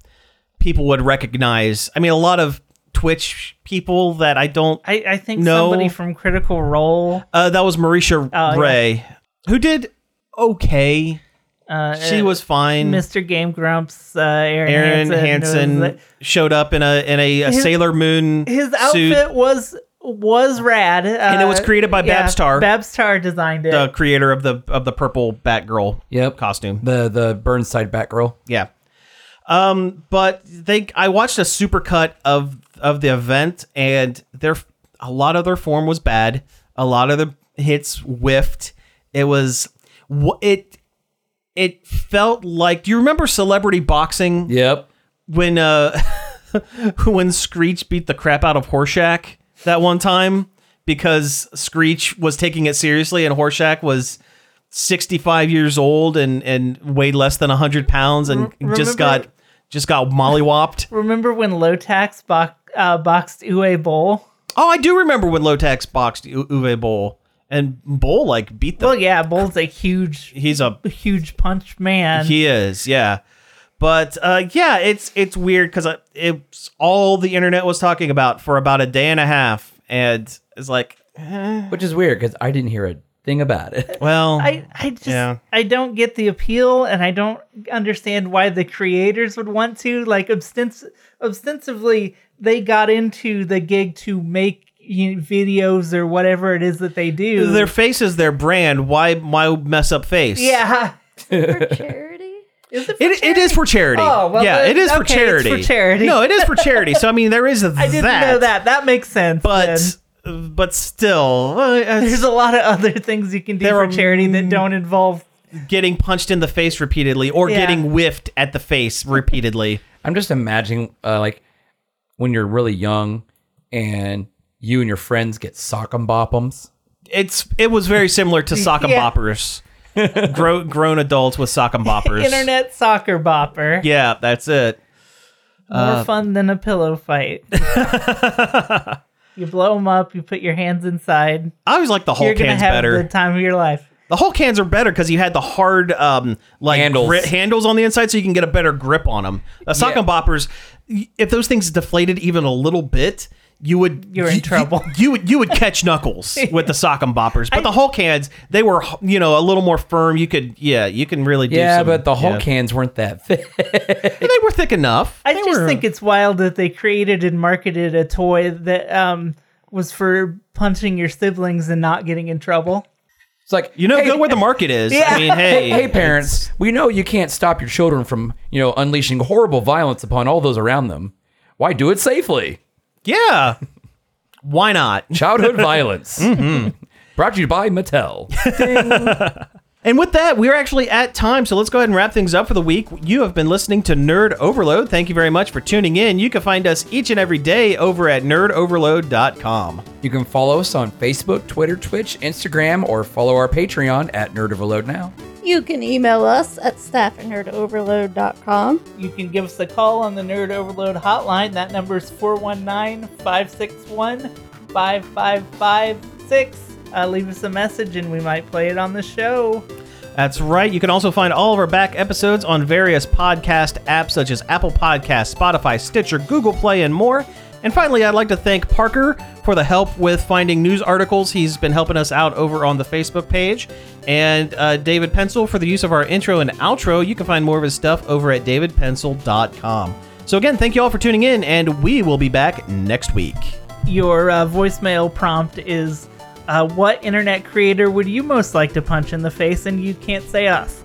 S4: people would recognize. I mean, a lot of Twitch people that I don't
S2: I, I think
S4: No.
S2: somebody from Critical Role.
S4: uh that was Marisha
S2: Oh, yeah.
S4: Ray who did okay.
S2: Uh,
S4: She
S2: uh,
S4: was fine.
S2: Mr. Game Grumps. Uh, Aaron,
S4: Aaron
S2: Hansen.
S4: Hansen,
S2: knows that-
S4: showed up in a in a, uh
S2: His-
S4: Sailor Moon
S2: His
S4: suit.
S2: outfit was was rad, uh, and
S4: it was created by Babstar.
S2: Babstar designed it.
S4: the uh, creator of the of the purple Batgirl
S3: Yep.
S4: costume.
S3: The the Burnside Batgirl.
S4: Yeah. Um, but they I watched a supercut of of the event and their a lot of their form was bad. A lot of the hits whiffed. It was wh- it it felt like do you remember celebrity boxing
S3: Yep.
S4: when uh when Screech beat the crap out of Horshack that one time because Screech was taking it seriously and Horshack was 65 years old and and weighed less than 100 pounds and
S2: Re-
S4: just
S2: remember-
S4: got just got mollywopped.
S2: Remember when Lotax bo- uh, boxed Uwe Bowl?
S4: oh, I do remember when Lotax boxed U- Uwe Boll and Boll like beat the
S2: Well, yeah, Bowl's a huge,
S4: he's a
S2: huge punch man.
S4: He is, yeah. But uh, yeah, it's it's weird because it's all the internet was talking about for about a day and a half, and it's like,
S3: Which is weird because I didn't hear a thing about it.
S4: well,
S2: I, I just
S4: Yeah.
S2: I don't get the appeal and I don't understand why the creators would want to like obstens- ostensibly they got into the gig to make you know, videos or whatever it is that they do.
S4: their face is their brand. Why why mess up face?
S2: yeah.
S5: For charity?
S4: It, it is for charity.
S2: Oh, well,
S4: yeah,
S2: then-
S4: it is for
S2: okay, it's for
S4: charity.
S2: charity.
S4: No, it is for charity. So I mean, there is
S2: I didn't know that. That makes sense. then.
S4: but but still, uh,
S2: there's a lot of other things you can do
S4: There
S2: for
S4: are-
S2: charity that don't involve
S4: getting punched in the face repeatedly or
S2: Yeah.
S4: getting whiffed at the face repeatedly.
S3: I'm just imagining uh, like when you're really young and you and your friends get sock'em boppums.
S4: it's it was very similar to sock and
S2: Yeah.
S4: boppers. Grow, grown adults with sock and boppers.
S2: internet soccer bopper.
S4: Yeah, that's it.
S2: More fun than a pillow fight. you blow them up. You put your hands inside.
S4: I always like the
S2: You're
S4: Hulk
S2: gonna
S4: hands
S2: have
S4: better.
S2: the time of your life.
S4: the Hulk hands are better because you had the hard um like
S3: Handles.
S4: gri- handles on the inside, so you can get a better grip on them. The sock
S3: Yeah.
S4: and boppers, y- if those things deflated even a little bit, you would
S2: You're in
S4: you-
S2: trouble.
S4: You, you would you would catch knuckles with the sock and boppers, but the Hulk hands they were you know a little more firm. You could yeah you can really do
S3: Yeah,
S4: some-
S3: but the Hulk
S4: yeah.
S3: hands weren't that thick.
S4: And they were thick enough.
S2: I
S4: They
S2: just
S4: were-
S2: think it's wild that they created and marketed a toy that um, was for punching your siblings and not getting in trouble.
S3: It's like
S4: You know,
S3: hey,
S4: go where the market is. I mean, hey,
S3: hey, hey, parents, we know you can't stop your children from, you know, unleashing horrible violence upon all those around them. Why do it safely?
S4: yeah, why not?
S3: Childhood violence. Mm-hmm. Brought to you by Mattel.
S4: And with that, we're actually at time, so let's go ahead and wrap things up for the week. You have been listening to Nerd Overload. Thank you very much for tuning in. You can find us each and every day over at nerdoverload.com.
S3: You can follow us on Facebook, Twitter, Twitch, Instagram, or follow our Patreon at Nerd Overload now.
S5: You can email us at staff at nerdoverload.com.
S2: You can give us a call on the Nerd Overload hotline. That number is 419 561 5556. Uh, Leave us a message and we might play it on the show.
S4: That's right. You can also find all of our back episodes on various podcast apps such as Apple Podcasts, Spotify, Stitcher, Google Play, and more. And finally, I'd like to thank Parker for the help with finding news articles. He's been helping us out over on the Facebook page. And uh, David Pencil for the use of our intro and outro. You can find more of his stuff over at davidpencil.com. So, again, thank you all for tuning in, and we will be back next week.
S2: Your uh, voicemail prompt is uh, What internet creator would you most like to punch in the face? And you can't say us.